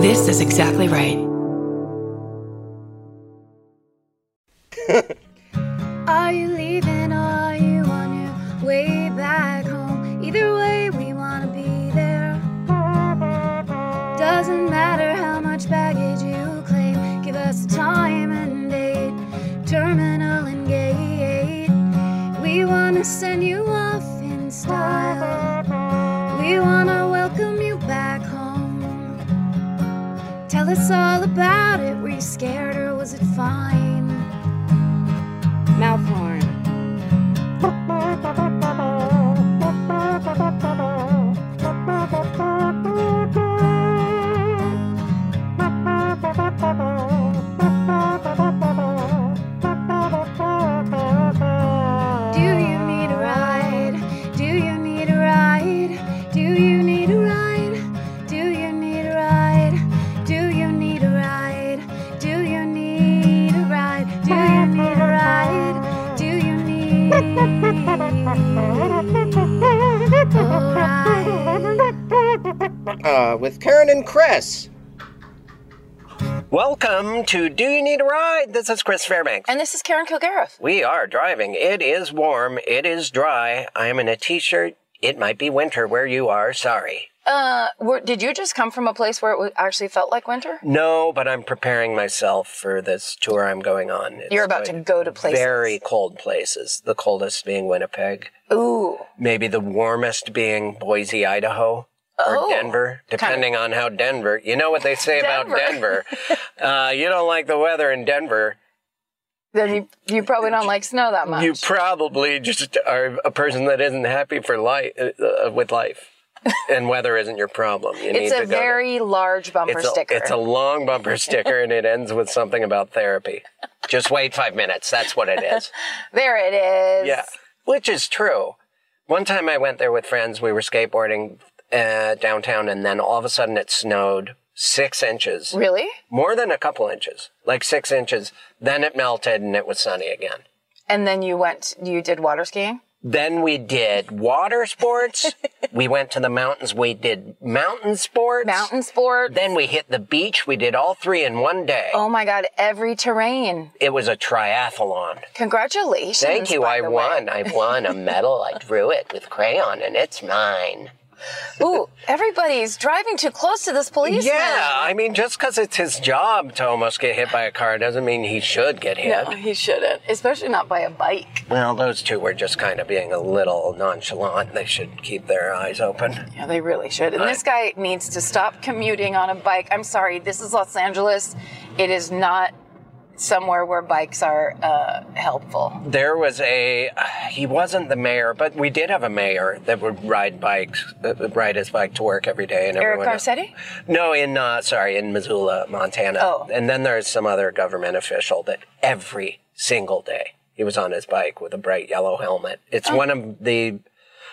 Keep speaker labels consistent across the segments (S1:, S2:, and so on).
S1: This is exactly right.
S2: Are you leaving? Are you on your way back home? Either way, we wanna be there. Doesn't matter how much baggage you claim, give us a time and date, terminal and gate. We wanna send you off in style. We wanna welcome you back home. Tell us all about it. Were you scared or was it fine? Mouth horn. Do you need a ride? Do you need a ride? Do you need a ride? Do you need a ride? Do you need a ride? Do you need a ride? Do you need a ride? Do you need a ride?
S3: Uh, with Karen and Chris. Welcome to Do You Need a Ride? This is Chris Fairbanks.
S4: And this is Karen Kilgariff.
S3: We are driving. It is warm. It is dry. I am in a t shirt. It might be winter where you are. Sorry.
S4: Uh, were, did you just come from a place where it wa- actually felt like winter?
S3: No, but I'm preparing myself for this tour I'm going on. It's
S4: You're about to
S3: going
S4: go to places.
S3: Very cold places. The coldest being Winnipeg.
S4: Ooh.
S3: Maybe the warmest being Boise, Idaho. Or
S4: Oh.
S3: Denver, depending on how Denver. You know what they say about Denver.
S4: Denver.
S3: uh, you don't like the weather in Denver.
S4: Then you, you probably don't like snow that much.
S3: You probably just are a person that isn't happy for life uh, with life, and weather isn't your problem. You
S4: it's
S3: need to
S4: a
S3: go to-
S4: very large bumper
S3: it's a,
S4: sticker.
S3: It's a long bumper sticker, and it ends with something about therapy. Just wait five minutes. That's what it is.
S4: there it is.
S3: Yeah, which is true. One time I went there with friends. We were skateboarding uh, downtown, and then all of a sudden it snowed six inches,
S4: Really?
S3: more than a couple inches, like six inches. Then it melted, and it was sunny again.
S4: And then you went, you did water skiing?
S3: Then we did water sports. we went to the mountains. We did mountain sports.
S4: Mountain sport?
S3: Then we hit the beach. We did all three in one day.
S4: oh my God, every terrain.
S3: It was a triathlon.
S4: Congratulations.
S3: Thank you.
S4: by
S3: I
S4: the
S3: won. I won a medal. I drew it with crayon and it's mine.
S4: way. Ooh, everybody's driving too close to this policeman.
S3: Yeah. I mean, just because it's his job to almost get hit by a car doesn't mean he should get hit.
S4: No, he shouldn't, especially not by a bike.
S3: Well, those two were just kind of being a little nonchalant. They should keep their eyes open.
S4: Yeah, they really should. And this guy needs to stop commuting on a bike. I'm sorry, this is Los Angeles. It is not somewhere where bikes are uh, helpful.
S3: There was a, uh, he wasn't the mayor, but we did have a mayor that would ride bikes, uh, ride his bike to work every day, and
S4: Eric
S3: everyone.
S4: Garcetti?
S3: No, in uh, sorry, in Missoula, Montana.
S4: Oh.
S3: And then there's some other government official that every single day he was on his bike with a bright yellow helmet. It's one of the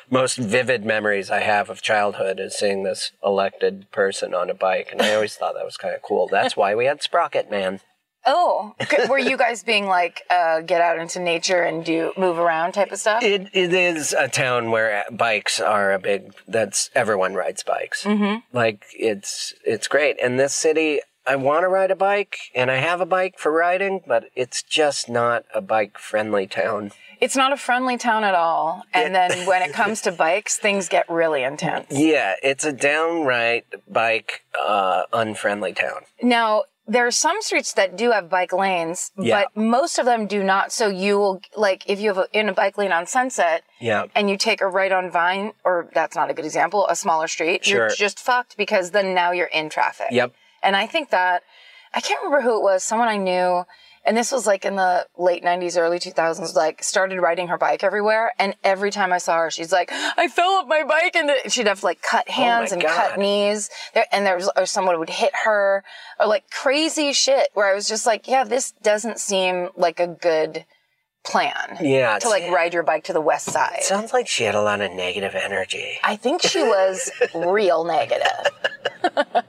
S3: most vivid memories I have of childhood is seeing this elected person on a bike, and I always thought that was kind of cool. That's why we had Sprocket Man.
S4: Oh, okay, were you guys being like, uh, get out into nature and do move around type of stuff?
S3: It it is a town where bikes are a big. That's everyone rides bikes. Mm-hmm. Like it's it's great. And this city, I want to ride a bike, and I have a bike for riding, but it's just not a bike friendly town.
S4: It's not a friendly town at all. And then when it comes to bikes, things get really intense.
S3: Yeah, it's a downright bike uh, unfriendly town.
S4: Now, there are some streets that do have bike lanes,
S3: Yeah.
S4: but most of them do not. So you will, like, if you have a, in a bike lane on Sunset,
S3: Yeah.
S4: and you take a right on Vine, or that's not a good example, a smaller street,
S3: Sure.
S4: you're just fucked because then now you're in traffic.
S3: Yep.
S4: And I think that, I can't remember who it was, someone I knew, and this was like in the late 90s, early 2000s, like started riding her bike everywhere. And every time I saw her, she's like, I fell off my bike. And the-" she'd have like cut hands and
S3: Oh God.
S4: cut knees. There, and there was, or someone would hit her or like crazy shit where I was just like, yeah, this doesn't seem like a good plan
S3: Yeah. eh,
S4: to like ride your bike to the west side.
S3: sounds like she had a lot of negative energy.
S4: I think she was real negative.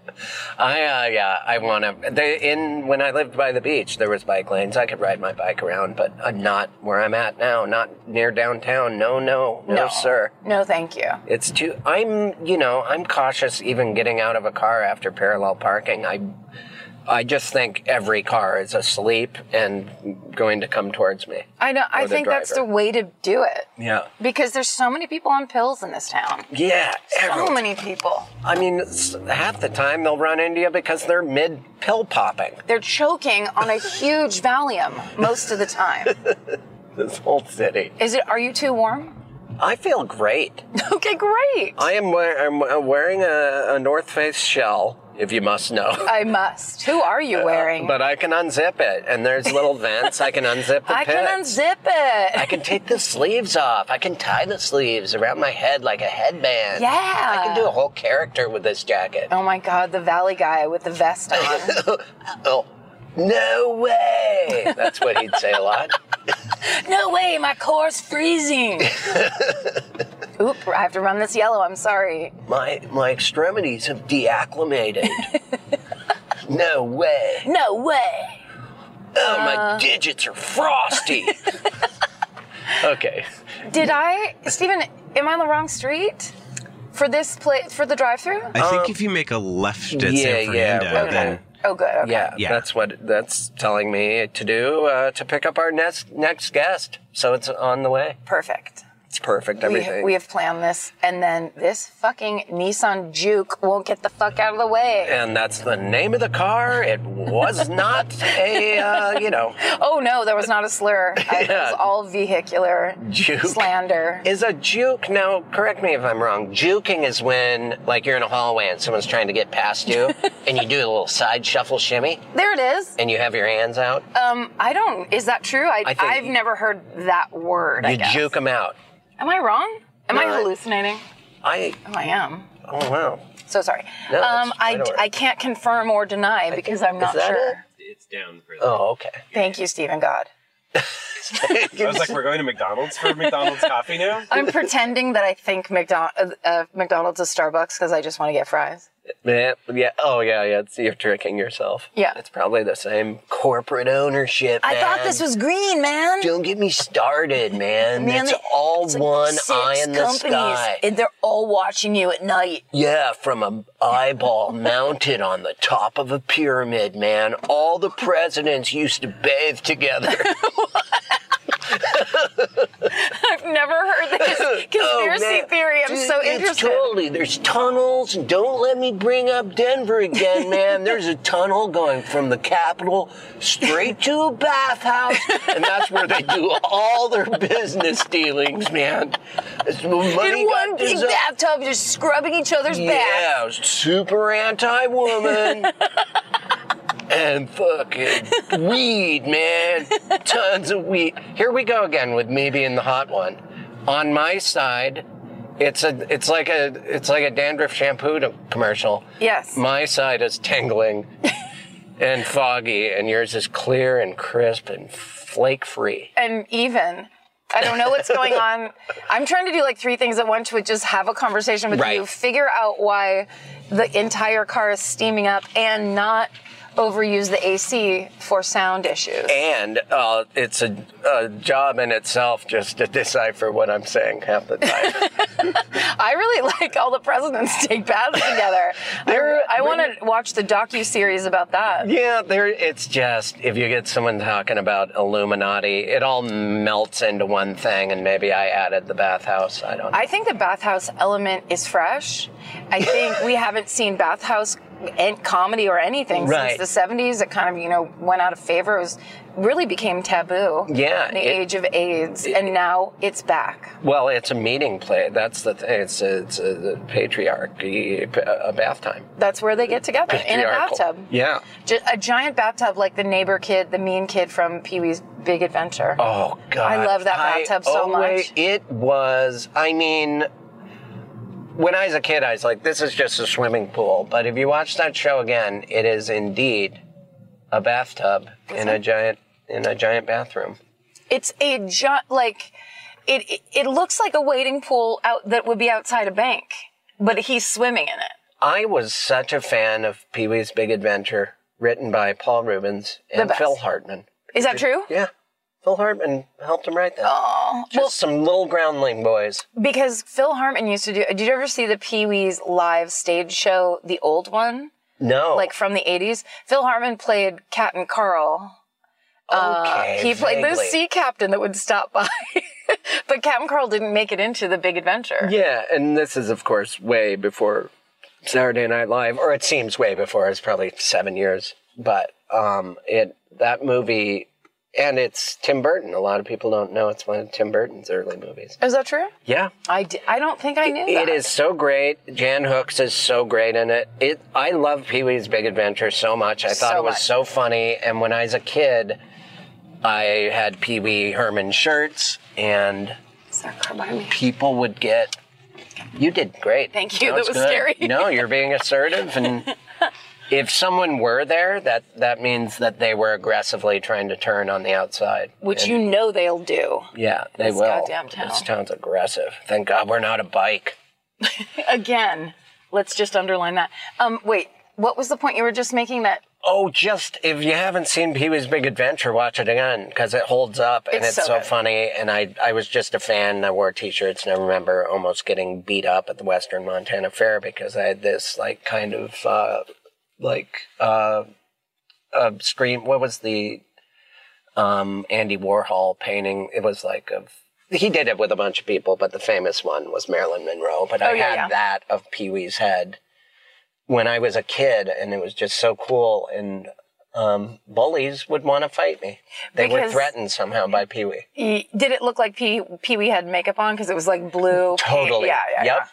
S3: I uh, yeah, I want to. They in when I lived by the beach, there was bike lanes. I could ride my bike around, but i not where I'm at now. Not near downtown. No, no, no,
S4: No.
S3: sir.
S4: No, thank you.
S3: It's too. I'm you know I'm cautious even getting out of a car after parallel parking. I I just think every car is asleep and going to come towards me.
S4: I know. I
S3: the
S4: think that's the
S3: driver.
S4: way to do it
S3: Yeah.
S4: because there's so many people on pills in this town.
S3: Yeah.
S4: So
S3: everyone.
S4: many people.
S3: I mean, s- half the time they'll run into you because they're mid pill popping.
S4: They're choking on a huge Valium most of the time.
S3: This whole city.
S4: Is it? Are you too warm?
S3: I feel great.
S4: Okay, great.
S3: I am wear, I'm uh, wearing a, a North Face shell, if you must know.
S4: I must. Who are you
S3: Uh,
S4: wearing?
S3: But I can unzip it, and there's little vents. I can unzip the
S4: I
S3: pits.
S4: can unzip it.
S3: I can take the sleeves off. I can tie the sleeves around my head like a headband.
S4: Yeah.
S3: I can do a whole character with this jacket.
S4: Oh my God, the Valley guy with the vest on.
S3: Oh, no way! That's what he'd say a lot.
S4: no way, my core's freezing. Oop, I have to run this yellow. I'm sorry.
S3: My my extremities have deacclimated. no way.
S4: No way.
S3: Oh,
S4: Uh.
S3: my digits are frosty. okay.
S4: Did I, Stephen? Am I on the wrong street for this place for the drive-through?
S1: I think if you make a left at
S3: Um, yeah, yeah,
S1: San Fernando,
S3: right
S1: then
S4: Oh, good. Okay.
S3: Yeah,
S1: Yeah.
S3: that's what that's telling me to do uh, to pick up our next next guest. So it's on the way.
S4: Perfect.
S3: It's perfect.
S4: We,
S3: Everything.
S4: we have planned this, and then this fucking Nissan Juke won't get the fuck out of the way.
S3: and that's the name of the car. It was not a uh, you know
S4: Oh no, there was not a slur. I, It
S3: Yeah.
S4: was all vehicular
S3: Juke.
S4: slander.
S3: Is a juke now? Correct me if I'm wrong. Juking is when like you're in a hallway and someone's trying to get past you, and you do a little side shuffle shimmy,
S4: there it is.
S3: and you have your hands out.
S4: Um, I don't. Is that true? I,
S3: I think-
S4: I've never heard that word. I
S3: you
S4: guess.
S3: juke them out.
S4: Am I wrong? Am
S3: No,
S4: I
S3: I-
S4: hallucinating?
S3: I
S4: Oh, I am.
S3: oh wow.
S4: So sorry.
S3: No, it's
S4: um, I,
S3: right over.
S4: I can't confirm or deny because I'm not
S3: that
S4: sure.
S5: It's down for like,
S3: Oh okay.
S4: Thank you, Stephen God.
S5: I was like, we're going to McDonald's for McDonald's coffee now?
S4: I'm pretending that I think McDonald, uh, uh, McDonald's is Starbucks because I just want to get fries.
S3: Yeah, yeah. Oh, yeah, yeah. It's, you're tricking yourself.
S4: Yeah.
S3: It's probably the same corporate ownership.
S4: I thought
S3: man.
S4: this was green, man.
S3: Don't get me started, man.
S4: Man,
S3: it's
S4: they-
S3: all
S4: it's like
S3: one
S4: six
S3: eye in the
S4: companies,
S3: sky.
S4: and they're all watching you at night.
S3: yeah, from an eyeball mounted on the top of a pyramid, man. All the presidents used to bathe together.
S4: I've never heard this conspiracy
S3: Oh, man.
S4: theory. I'm
S3: Dude,
S4: so
S3: it's
S4: interested.
S3: Totally. There's tunnels. Don't let me bring up Denver again, man. There's a tunnel going from the Capitol straight to a bathhouse, and that's where they do all their business dealings, man. It's where money
S4: in one
S3: got
S4: big
S3: desi-
S4: bathtub, just scrubbing each other's back.
S3: Yeah, super anti woman. And fucking weed, man. Tons of weed. Here we go again with me being the hot one. On my side, it's a it's like a it's like a dandruff shampoo to- commercial.
S4: Yes.
S3: My side is tingling and foggy, and yours is clear and crisp and flake free.
S4: and even. I don't know what's going on. I'm trying to do like three things at once, which is have a conversation with
S3: Right.
S4: you, figure out why the entire car is steaming up, and not overuse the AC for sound issues.
S3: And uh, it's a, a job in itself just to decipher what I'm saying half the time.
S4: I really like all the presidents take baths together. I, I want to watch the docu series about that.
S3: Yeah, there. It's just if you get someone talking about Illuminati, it all melts into one thing, and maybe I added the bathhouse. I don't. know.
S4: I think the bathhouse element is fresh. I think we haven't seen bathhouse and comedy or anything
S3: Right.
S4: since the 70s. It kind of, you know, went out of favor. It was, really became taboo.
S3: Yeah,
S4: in The
S3: it-
S4: age of AIDS. and now it's back.
S3: well, it's a meeting play. That's the thing. It's a, it's a, patriarchy, a bath time.
S4: That's where they get together in a
S3: Patriarchal.
S4: bathtub.
S3: Yeah.
S4: Ju- a giant bathtub like the neighbor kid, the mean kid from Pee Wee's Big Adventure.
S3: Oh God.
S4: I love that bathtub so
S3: always-
S4: much.
S3: It was. I mean. When I was a kid, I was like, this is just a swimming pool. But if you watch that show again, it is indeed a bathtub in a giant in a giant bathroom.
S4: It's a giant, like, it, it, it looks like a wading pool out that would be outside a bank, but he's swimming in it.
S3: I was such a fan of Pee Wee's Big Adventure, written by Paul Rubens and
S4: best.
S3: Phil Hartman.
S4: Is that true?
S3: Yeah, Phil Hartman helped him write that.
S4: Oh,
S3: Just some little groundling boys.
S4: because Phil Hartman used to do. Did you ever see the Pee Wee's live stage show, the old one,
S3: No,
S4: like from the '80s? Phil Hartman played Captain Carl.
S3: okay,
S4: he played the
S3: vaguely.
S4: sea captain that would stop by. but Captain Carl didn't make it into the big adventure.
S3: Yeah, and this is of course way before Saturday Night Live, or it seems way before. It's probably seven years, but um, it that movie, and it's Tim Burton. A lot of people don't know it's one of Tim Burton's early movies.
S4: Is that true?
S3: Yeah,
S4: I, di- I don't think I knew
S3: It
S4: that.
S3: is so great. Jan Hooks is so great in it. It I love Pee Wee's Big Adventure so much. I thought
S4: So
S3: it was
S4: much.
S3: so funny. And when I was a kid, I had Pee Wee Herman shirts, and
S4: Is there a car behind me?
S3: people would get. You did great.
S4: Thank you.
S3: That was
S4: scary.
S3: No, you're being assertive, and if someone were there, that that means that they were aggressively trying to turn on the outside.
S4: Which you know they'll do.
S3: Yeah, they
S4: This
S3: will.
S4: goddamn town.
S3: This town's aggressive. Thank God we're not a bike.
S4: Again, let's just underline that. Um, wait, what was the point you were just making that
S3: Oh, just if you haven't seen Pee Wee's Big Adventure, watch it again because it holds up and
S4: It's
S3: it's,
S4: so
S3: so,
S4: good.
S3: funny. And I, I was just a fan. and I wore T-shirts, and I remember almost getting beat up at the Western Montana Fair because I had this like kind of uh, like uh, uh, screen. What was the um, Andy Warhol painting? It was like of he did it with a bunch of people, but the famous one was Marilyn Monroe. But I
S4: Oh, yeah,
S3: had
S4: yeah.
S3: that of Pee Wee's head when I was a kid, and it was just so cool. And um, bullies would want to fight me. They were
S4: Because-
S3: threatened somehow by Pee Wee.
S4: He- did it look like Pee Pee Wee had makeup on because it was like blue?
S3: Totally.
S4: Yeah, yeah.
S3: Yep.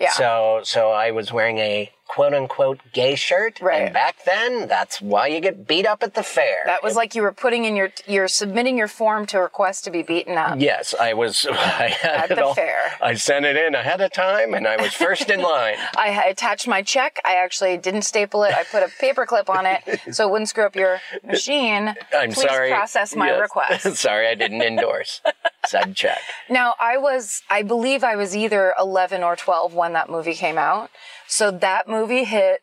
S4: Yeah.
S3: So, so I was wearing a quote unquote gay shirt.
S4: Right.
S3: And back then, that's why you get beat up at the fair.
S4: That was like you were putting in your you're submitting your form to request to be beaten up.
S3: Yes, I was. I had
S4: At
S3: it
S4: the
S3: all-
S4: fair.
S3: I sent it in ahead of time, and I was first in line.
S4: I ha- attached my check. I actually didn't staple it. I put a paper clip on it so it wouldn't screw up your machine.
S3: I'm
S4: Please
S3: sorry.
S4: process my
S3: Yes.
S4: request.
S3: sorry, I didn't endorse. Side check.
S4: Now, I was, I believe I was either 11 or 12 when that movie came out. So that movie hit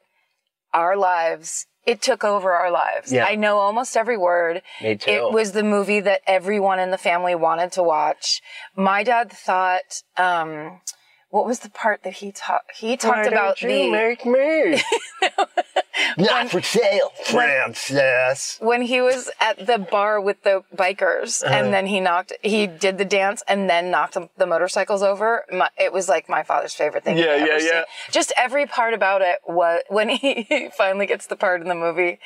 S4: our lives. It took over our lives.
S3: Yeah.
S4: I know almost every word.
S3: Me too.
S4: It was the movie that everyone in the family wanted to watch. My dad thought, um, what was the part that he talked? He talked about the
S3: make me. Not for sale, Francis.
S4: when he was at the bar with the bikers
S3: Uh-huh.
S4: and then he knocked he did the dance and then knocked the, the motorcycles over my, it was like my father's favorite thing
S3: Yeah,
S4: I've
S3: yeah,
S4: ever
S3: yeah.
S4: seen. just every part about it was when he finally gets the part in the movie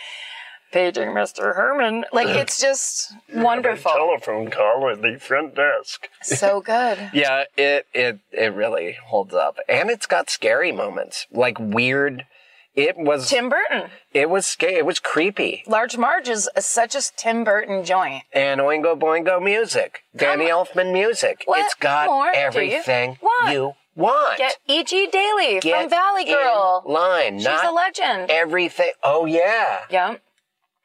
S4: paging mr herman like it's just wonderful
S3: Telephone call at the front desk.
S4: so good
S3: Yeah, it it it really holds up, and it's got scary moments, like weird. It was
S4: tim burton
S3: it was scary. It was creepy.
S4: large marge is a- such a tim burton joint
S3: and Oingo Boingo music, Danny Elfman music.
S4: What
S3: it's got
S4: more do you
S3: everything
S4: want?
S3: you want.
S4: get eg E daly
S3: Get
S4: from valley
S3: in
S4: girl
S3: line,
S4: she's
S3: not
S4: a legend
S3: everything. Oh yeah.
S4: yeah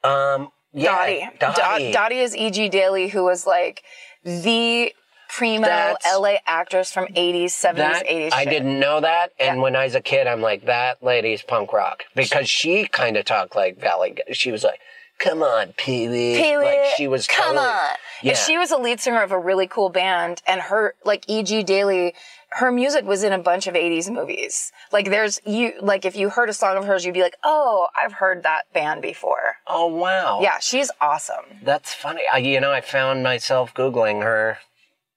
S3: Um. Yeah.
S4: Dottie.
S3: Dottie.
S4: Dottie. Dottie is E.G. Daly, who was like the primo
S3: That's-
S4: LA actress from 80s, 70s,
S3: That,
S4: 80s.
S3: I
S4: shit.
S3: didn't know that, and when I was a kid, I'm like, that lady's punk rock because she kind of talked like Valley. G- She was like, "Come on, Pee Wee,"
S4: Pee Wee,
S3: like she was.
S4: Come
S3: totally-
S4: on.
S3: Yeah.
S4: And she was a lead singer of a really cool band, and her, like E.G. Daly, her music was in a bunch of 80s movies. Like there's you, like if you heard a song of hers, you'd be like, oh, I've heard that band before.
S3: Oh wow.
S4: Yeah, she's awesome.
S3: That's funny. I, you know, I found myself Googling her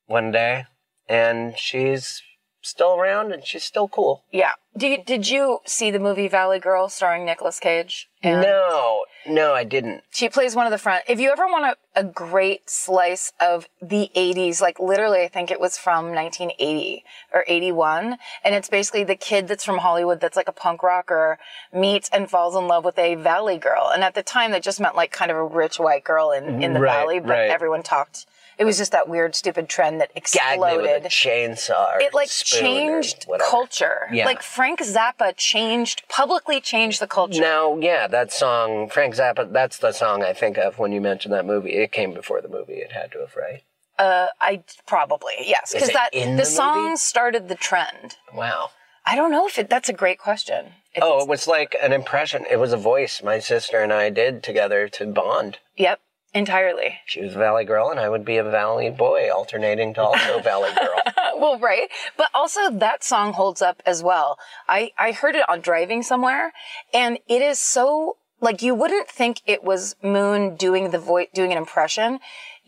S3: one day, and she's still around and she's still cool.
S4: Yeah. Do you, did you see the movie Valley Girl starring Nicolas Cage? And-
S3: No, no, I didn't.
S4: She plays one of the front. If you ever want a, a great slice of the 80s, like literally, I think it was from 1980 or 81. And it's basically the kid that's from Hollywood that's like a punk rocker meets and falls in love with a valley girl. And at the time, that just meant like kind of a rich white girl in, in the
S3: Mm-hmm. Right,
S4: valley, but
S3: right.
S4: everyone talked. It was just that weird, stupid trend that
S3: Gag me with a
S4: exploded.
S3: chainsaw. Or
S4: It like
S3: spoon or
S4: changed
S3: whatever.
S4: culture.
S3: Yeah.
S4: Like Frank Zappa changed, publicly changed the culture.
S3: Now, yeah, that song, Frank Zappa, that's the song I think of when you mentioned that movie. It came before the movie, it had to have, right?
S4: Uh, I probably yes,
S3: Is
S4: because
S3: it
S4: that
S3: in the
S4: the,
S3: movie?
S4: song started the trend.
S3: Wow.
S4: I don't know if it. That's a great question. If
S3: Oh,
S4: it's-
S3: it was like an impression. It was a voice my sister and I did together to bond.
S4: yep, entirely.
S3: She was a Valley girl, and I would be a Valley boy, alternating to also Valley girl.
S4: Uh, well, right. But also that song holds up as well. I, I heard it on driving somewhere and it is so like you wouldn't think it was Moon doing the voice, doing an impression.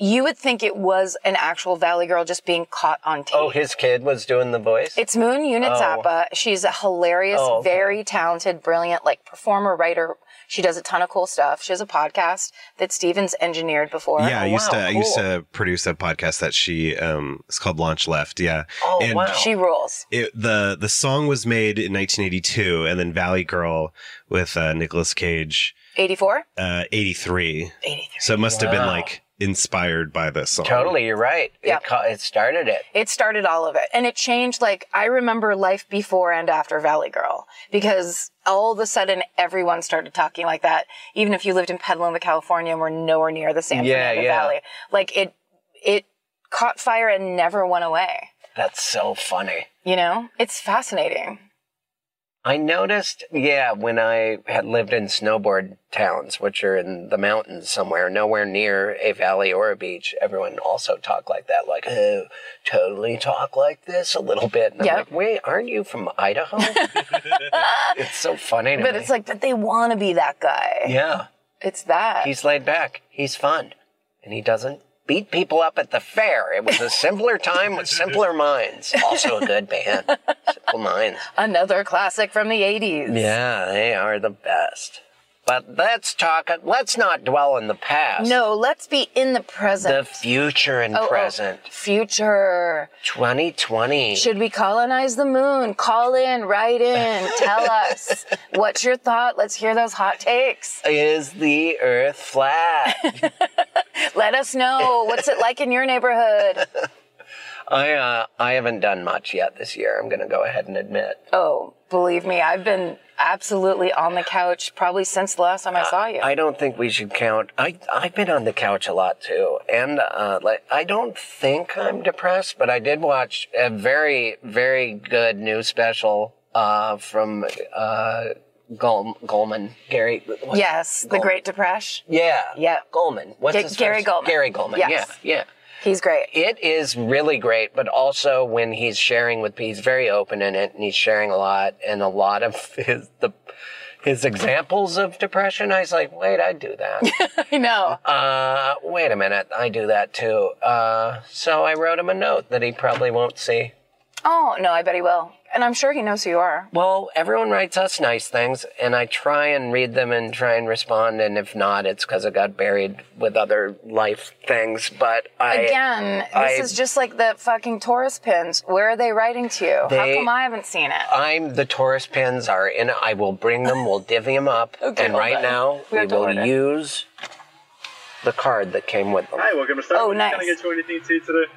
S4: You would think it was an actual Valley girl just being caught on tape.
S3: Oh, his kid was doing the voice.
S4: It's Moon Unit Zappa. She's a hilarious,
S3: Oh, okay.
S4: very talented, brilliant, like performer, writer. She does a ton of cool stuff. She has a podcast that Steven's engineered before.
S1: Yeah, I used to
S3: wow,
S1: I used
S3: cool.
S1: to produce a podcast that she um it's called Launch Left. Yeah.
S3: Oh,
S1: and
S3: wow.
S4: She rules.
S1: it, the the song was made in 1982 and then Valley Girl with uh Nicolas Cage
S4: 84?
S1: uh 83.
S4: 83.
S1: So it must have been
S3: Wow.
S1: like inspired by this song.
S3: totally, you're right.
S4: Yeah.
S3: It, ca- it started it.
S4: It started all of it. And it changed, like, I remember life before and after Valley Girl because all of a sudden everyone started talking like that. Even if you lived in Petaluma, California and were nowhere near the San
S3: Yeah,
S4: Fernando
S3: yeah.
S4: Valley. Like, it, it caught fire and never went away.
S3: That's so funny.
S4: You know? It's fascinating.
S3: I noticed, yeah, when I had lived in snowboard towns, which are in the mountains somewhere, nowhere near a valley or a beach, everyone also talked like that, like, oh, totally talk like this a little bit. And
S4: Yep.
S3: I'm like, wait, aren't you from Idaho? it's so funny to
S4: But
S3: me.
S4: it's like, but they want to be that guy.
S3: yeah,
S4: It's that.
S3: he's laid back, he's fun, and he doesn't beat people up at the fair. It was a simpler time with simpler minds. Also a good band, Simple Minds.
S4: Another classic from the 80s.
S3: Yeah, they are the best. But let's talk. Let's not dwell in the past.
S4: No, let's be in the
S3: The
S4: present.
S3: future and
S4: Oh, oh,
S3: present.
S4: future.
S3: 2020.
S4: Should we colonize the moon? Call in, write in, tell us. What's your thought? Let's hear those hot takes.
S3: is the earth flat?
S4: Let us know. What's it like in your neighborhood?
S3: I uh, I haven't done much yet this year. I'm going to go ahead and admit.
S4: Oh, believe me, I've been absolutely on the couch probably since the last time I saw you.
S3: Uh, I don't think we should count. I I've been on the couch a lot too, and uh, like I don't think I'm depressed, but I did watch a very very good new special uh, from uh, Gol- Goldman Gary. what's-
S4: yes,
S3: Oh.
S4: the Great Depression.
S3: Yeah.
S4: Yeah.
S3: Goldman. What's
S4: Ga-
S3: his
S4: Gary
S3: first-
S4: Goldman.
S3: Gary Goldman.
S4: Yes.
S3: Yeah. Yeah.
S4: He's great.
S3: It is really great, but also when he's sharing with he's very open in it and he's sharing a lot and a lot of his the his examples of depression. I was like, wait, I do that.
S4: I know.
S3: uh, wait a minute, I do that too. Uh, so I wrote him a note that he probably won't see.
S4: Oh, no, I bet he will. And I'm sure he knows who you are.
S3: Well, everyone writes us nice things, and I try and read them and try and respond. And if not, it's because I got buried with other life things. But I,
S4: Again, this
S3: I-
S4: is just like the fucking Taurus pins. Where are they writing to you? How
S3: They-
S4: come I haven't seen it?
S3: I'm the Taurus pins are in. I will bring them. We'll divvy them up.
S4: Okay,
S3: and
S4: hold
S3: right
S4: on.
S3: now,
S4: We
S3: we,
S4: have to
S3: will
S4: order.
S3: use the card that came with them.
S6: Hi, welcome to Star.
S4: Oh,
S6: Wars.
S4: nice.
S6: Can I get you anything to eat today?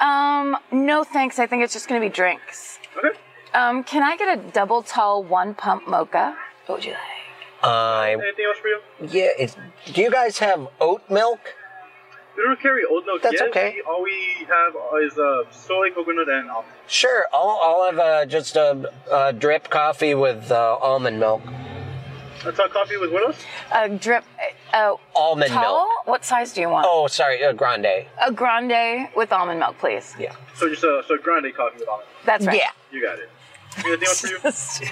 S3: Uh,
S4: Um, no thanks. I think it's just gonna be drinks.
S6: Okay.
S4: Um, can I get a double tall one pump mocha? What would you like?
S3: I
S6: Anything else for you?
S3: yeah. It's, do you guys have oat milk?
S6: We don't carry oat milk
S3: That's
S6: yet.
S3: okay.
S6: We- all we have is uh, soy, coconut, and almond.
S3: Sure. I'll, I'll have uh, just a, a drip coffee with uh, almond milk.
S6: Let's have coffee with what else?
S4: A drip. Uh,
S3: Almond
S4: tall?
S3: milk.
S4: What size do you want?
S3: Oh, sorry, uh, grande.
S4: A grande with almond milk, please.
S3: Yeah.
S6: So just uh, so grande coffee with almond.
S4: That's right.
S3: Yeah.
S6: You got it. Anything else for you?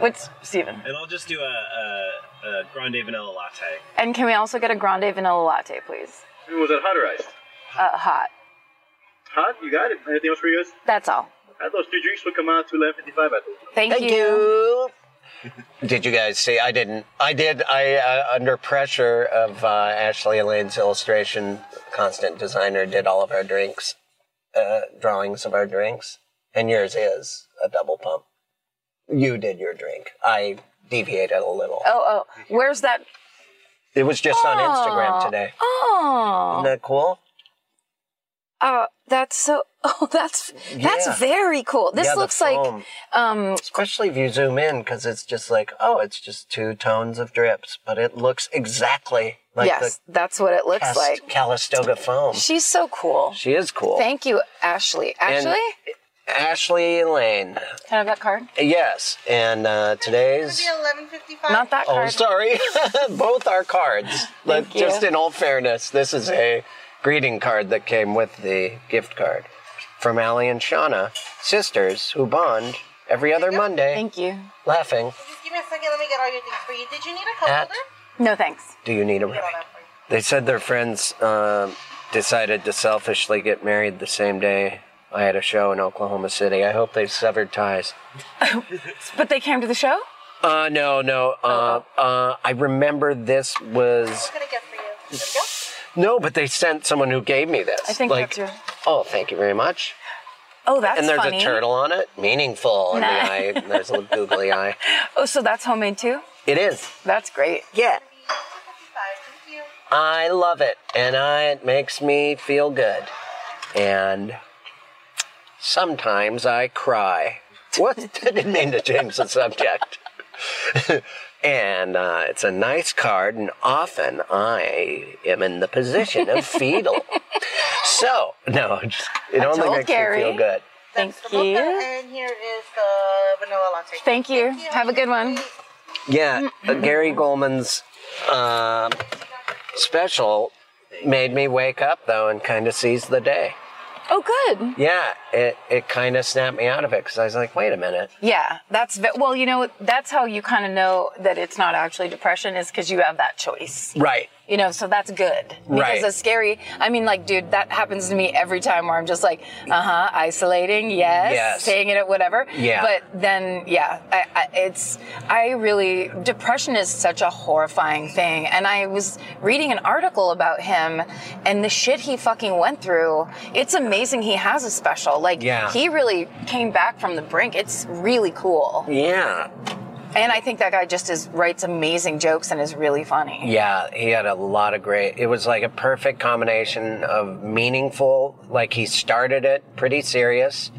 S4: What's Steven?
S5: And I'll just do a, a, a grande vanilla latte.
S4: And can we also get a grande vanilla latte, please?
S6: And was that hot or iced?
S4: Uh, hot.
S6: Hot. You got it. Anything else for you guys?
S4: That's all.
S6: And those two drinks will come out to 11:55 at the.
S4: Thank,
S3: Thank you. Did you guys see? I didn't. I did. I uh, under pressure of uh, Ashley Elaine's illustration constant designer did all of our drinks, uh, drawings of our drinks, and yours is a double pump. You did your drink. I deviated a little.
S4: Oh, oh. Where's that?
S3: It was just on
S4: Oh.
S3: Instagram today.
S4: Oh.
S3: Isn't that cool?
S4: Oh, that's so. Oh, that's that's
S3: Yeah.
S4: very cool. This
S3: Yeah, the
S4: looks like
S3: foam.
S4: um
S3: especially if you zoom in because it's just like oh it's just two tones of drips but it looks exactly like
S4: yes, that's what it
S3: the
S4: looks
S3: Cas-
S4: like.
S3: calistoga foam
S4: She's so cool.
S3: she is cool
S4: Thank you, Ashley.
S3: And
S4: Ashley,
S3: Ashley Lane.
S4: Can I have that card?
S3: Yes, and uh, today's.
S7: eleven fifty-five.
S4: Not that
S3: Oh,
S4: card.
S3: sorry. Both are cards. But
S4: Thank you.
S3: just in all fairness, this is a greeting card that came with the gift card from Allie and Shauna, sisters who bond every other Monday,
S4: Thank you.
S3: laughing
S7: Just give me a second. Let me get all your things for you. Did you need a cup
S3: at.
S7: holder?
S4: No thanks.
S3: Do you need a
S7: Get all
S3: ride?
S7: that for you.
S3: They said their friends um decided to selfishly get married the same day I had a show in Oklahoma City. I hope they've severed ties.
S4: But they came to the show?
S3: Uh, no, no. Uh,
S4: Oh.
S3: uh, I remember this was.
S7: What can I get for you? There we go.
S3: No, but they sent someone who gave me this.
S4: I think
S3: like,
S4: that's your.
S3: Oh, thank you very much.
S4: Oh, that's
S3: and there's
S4: funny.
S3: a turtle on it. Meaningful in
S4: Nice.
S3: the eye. and There's a little googly eye.
S4: Oh, so that's homemade too?
S3: It is.
S4: That's great.
S3: Yeah.
S7: Fifty-five. Thank you.
S3: I love it. And I, it makes me feel good. And sometimes I cry. What? I didn't mean to change the subject. and uh, it's a nice card, and often I am in the position of fetal. so, no, just, it only
S4: told
S3: makes
S4: Gary.
S3: me feel good.
S4: Thank
S7: That's the
S4: you.
S7: mocha, And here is the vanilla latte.
S4: Thank you. Have a good one.
S3: Yeah, uh, Gary Goldman's uh, special made me wake up though and kind of seize the day.
S4: Oh, good.
S3: Yeah, it, it kind of snapped me out of it because I was like, wait a minute.
S4: Yeah, that's ve- well. You know, that's how you kind of know that it's not actually depression is because you have that choice.
S3: Right.
S4: You know, so that's good. Because
S3: Right.
S4: it's scary. I mean, like, dude, that happens to me every time where I'm just like, uh huh, isolating, yes,
S3: Yes.
S4: saying it at whatever.
S3: Yeah.
S4: But then, yeah, I, I, it's, I really, depression is such a horrifying thing. And I was reading an article about him and the shit he fucking went through. It's amazing he has a special. Like,
S3: Yeah.
S4: he really came back from the brink. It's really cool.
S3: Yeah.
S4: And I think that guy just is, writes amazing jokes and is really funny.
S3: Yeah, he had a lot of great. It was like a perfect combination of meaningful, like he started it pretty serious.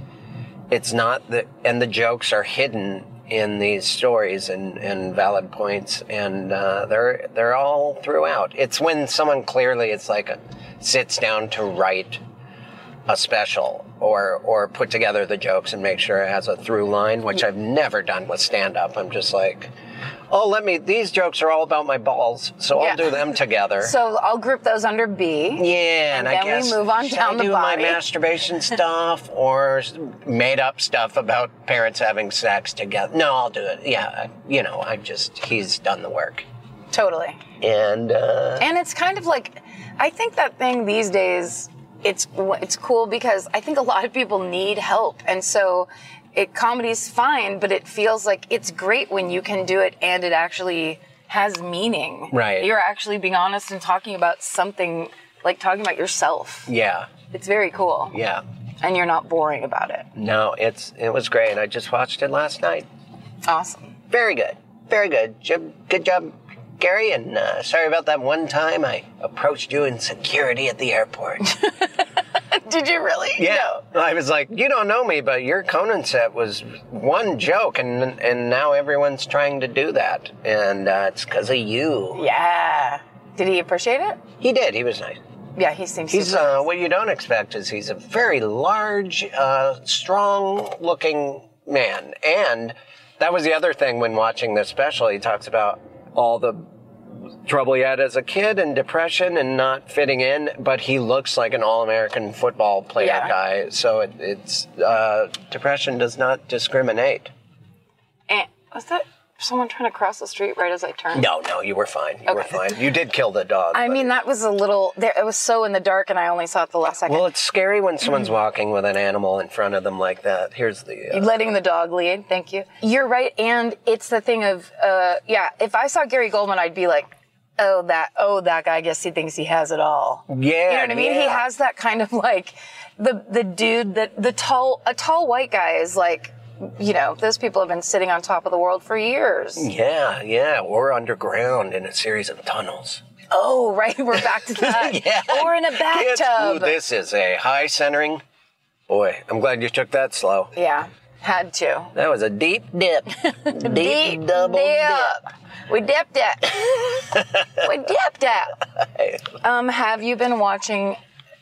S3: It's not the and the jokes are hidden in these stories and, and valid points and uh, they're they're all throughout. It's when someone clearly it's like a, sits down to write a special or or put together the jokes and make sure it has a through line, which I've never done with stand up. I'm just like, oh, let me. These jokes are all about my balls, so
S4: Yeah.
S3: I'll do them together.
S4: So I'll group those under B.
S3: yeah, and,
S4: and then
S3: I
S4: we
S3: guess
S4: move on
S3: should
S4: down
S3: I
S4: the
S3: do
S4: body?
S3: my masturbation stuff or made up stuff about parents having sex together. No, I'll do it. Yeah, you know, I just he's done the work,
S4: Totally.
S3: and uh,
S4: And it's kind of like, I think that thing these days, it's it's cool because I think a lot of people need help, and so it comedy's fine, but it feels like it's great when you can do it and it actually has meaning.
S3: Right.
S4: You're actually being honest and talking about something like talking about yourself.
S3: yeah,
S4: It's very cool,
S3: yeah.
S4: and you're not boring about it.
S3: No, it's it was great. I just watched it last night.
S4: Awesome.
S3: Very good. Very good. Jim, good job, Gary. And uh, sorry about that one time I approached you in security at the airport.
S4: Did you really?
S3: yeah. I was like, you don't know me, but your Conan set was one joke, and and now everyone's trying to do that. And uh, it's because of you.
S4: Yeah. Did he appreciate it?
S3: He did. He was nice.
S4: Yeah, he seems.
S3: He's
S4: super-
S3: uh, what you don't expect is he's a very large, uh, strong-looking man, and that was the other thing when watching this special. He talks about all the trouble he had as a kid and depression and not fitting in, but he looks like an all-American football player
S4: Yeah.
S3: guy. So it, it's uh, depression does not discriminate.
S4: Eh, was that someone trying to cross the street right as I turned?
S3: No, no, you were fine. You were
S4: Okay.
S3: fine. You did kill the dog.
S4: I
S3: but-
S4: mean, that was a little. There, it was so in the dark, and I only saw it the last second.
S3: Well, it's scary when someone's walking with an animal in front of them like that. Here's the. Uh,
S4: Letting the dog lead. Thank you. You're right, and it's the thing of, uh, yeah. If I saw Gary Goldman, I'd be like, oh that, oh that guy. I guess he thinks he has it all.
S3: yeah.
S4: You know what I mean? He has that kind of like the the dude that the tall a tall white guy is like, you know, those people have been sitting on top of the world for years.
S3: Mm. Yeah, yeah. Or underground in a series of tunnels.
S4: Oh, right, we're back to that. Or in a
S3: Kids, ooh,
S4: bathtub.
S3: this is a high centering. Boy, I'm glad you took that slow.
S4: yeah, had to.
S3: That was a deep dip. deep,
S4: Deep
S3: double dip.
S4: dip. We dipped it. we dipped it. Um, have you been watching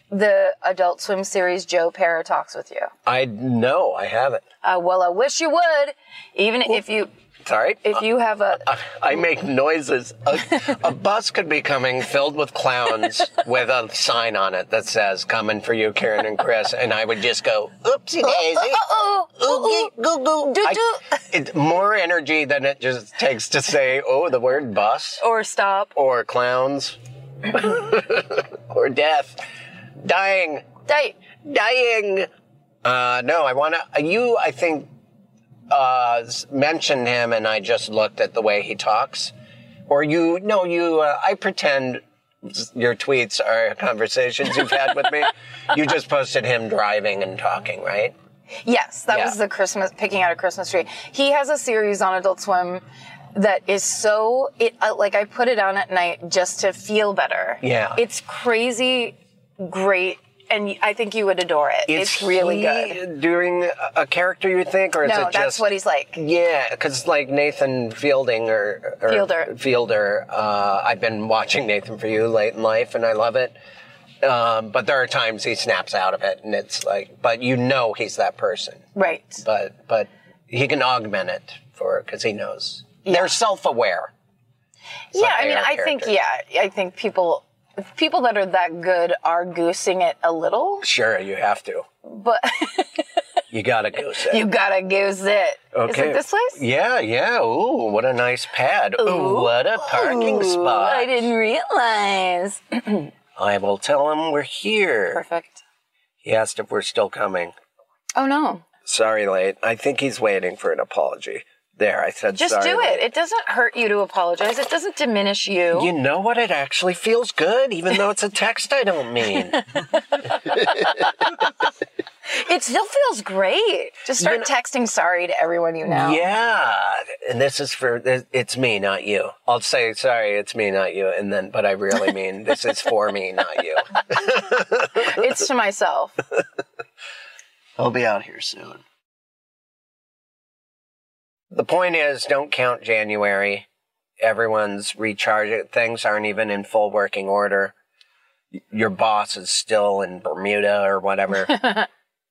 S4: the Adult Swim series Joe Para Talks with You?
S3: I no, I haven't.
S4: Uh, well, I wish you would. Even if you
S3: Sorry. Uh,
S4: if you have a
S3: I make noises. A, a bus could be coming filled with clowns with a sign on it that says "Coming for you, Karen and Chris," and I would just go, "Oopsie daisy."
S4: oh
S3: Oogie, goo goo.
S4: Do,
S3: I-
S4: do.
S3: It, more energy than it just takes to say, oh, the word bus
S4: or stop
S3: or clowns or death, dying,
S4: date.
S3: dying. Uh, no, I want to. You, I think, uh, s- mentioned him, and I just looked at the way he talks. Or you, no, you. Uh, I pretend s- your tweets are conversations you've had with me. You just posted him driving and talking, right?
S4: Yes, that
S3: Yeah.
S4: was the Christmas picking out a Christmas tree. He has a series on Adult Swim that is so it uh, like I put it on at night just to feel better.
S3: Yeah.
S4: it's crazy, great, and y- I think you would adore it.
S3: Is
S4: it's really
S3: he
S4: good.
S3: Doing a- a character, you think, or is
S4: No,
S3: it
S4: that's
S3: just?
S4: what he's like.
S3: Yeah, because like Nathan Fielding or, or
S4: Fielder.
S3: Fielder, uh, I've been watching Nathan for You late in life, and I love it. Um, but there are times he snaps out of it, and it's like, but you know he's that person.
S4: Right.
S3: But but he can augment it for because he knows they're self-aware.
S4: yeah,
S3: like
S4: I mean,
S3: AR
S4: I think
S3: characters.
S4: yeah, I think people people that are that good are goosing it a little,
S3: Sure, you have to.
S4: but
S3: You gotta go say.
S4: you gotta goose it. Is
S3: Okay.
S4: it this place?
S3: yeah, yeah. Ooh, what a nice pad. Ooh, what a parking
S4: Ooh,
S3: spot.
S4: I didn't realize.
S3: I will tell him we're here.
S4: Perfect.
S3: He asked if we're still coming.
S4: Oh no.
S3: Sorry, late. I think he's waiting for an apology. There, I said
S4: Just
S3: sorry.
S4: do it.
S3: late.
S4: It doesn't hurt you to apologize. It doesn't diminish you.
S3: You know what? It actually feels good, even though it's a text I don't mean.
S4: It still feels great. Just start texting sorry to everyone you know.
S3: yeah. And this is for, it's me, not you. I'll say, sorry, it's me, not you. And then, but I really mean, this is for me, not you.
S4: It's to myself.
S3: I'll be out here soon. The point is, don't count January. Everyone's recharging. Things aren't even in full working order. Y- Your boss is still in Bermuda or whatever.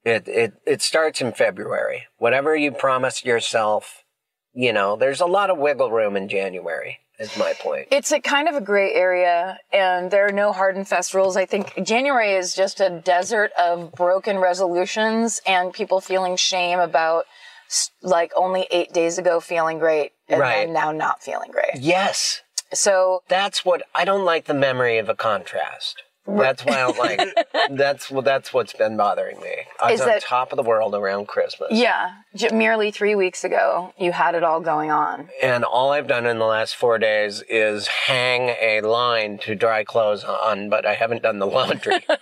S3: it, it, it starts in February. Whatever you promise yourself, you know, there's a lot of wiggle room in January, is my point.
S4: It's a kind of a gray area, and there are no hard and fast rules. I think January is just a desert of broken resolutions and people feeling shame about s- like only eight days ago feeling great and
S3: Right.
S4: then now not feeling great.
S3: Yes.
S4: So
S3: that's what I don't like the memory of a contrast. That's why I don't like. that's what that's what's been bothering me. I was
S4: Is
S3: on
S4: that-
S3: top of the world around Christmas,
S4: yeah, j- merely three weeks ago, you had it all going on.
S3: and all I've done in the last four days is hang a line to dry clothes on, but I haven't done the laundry.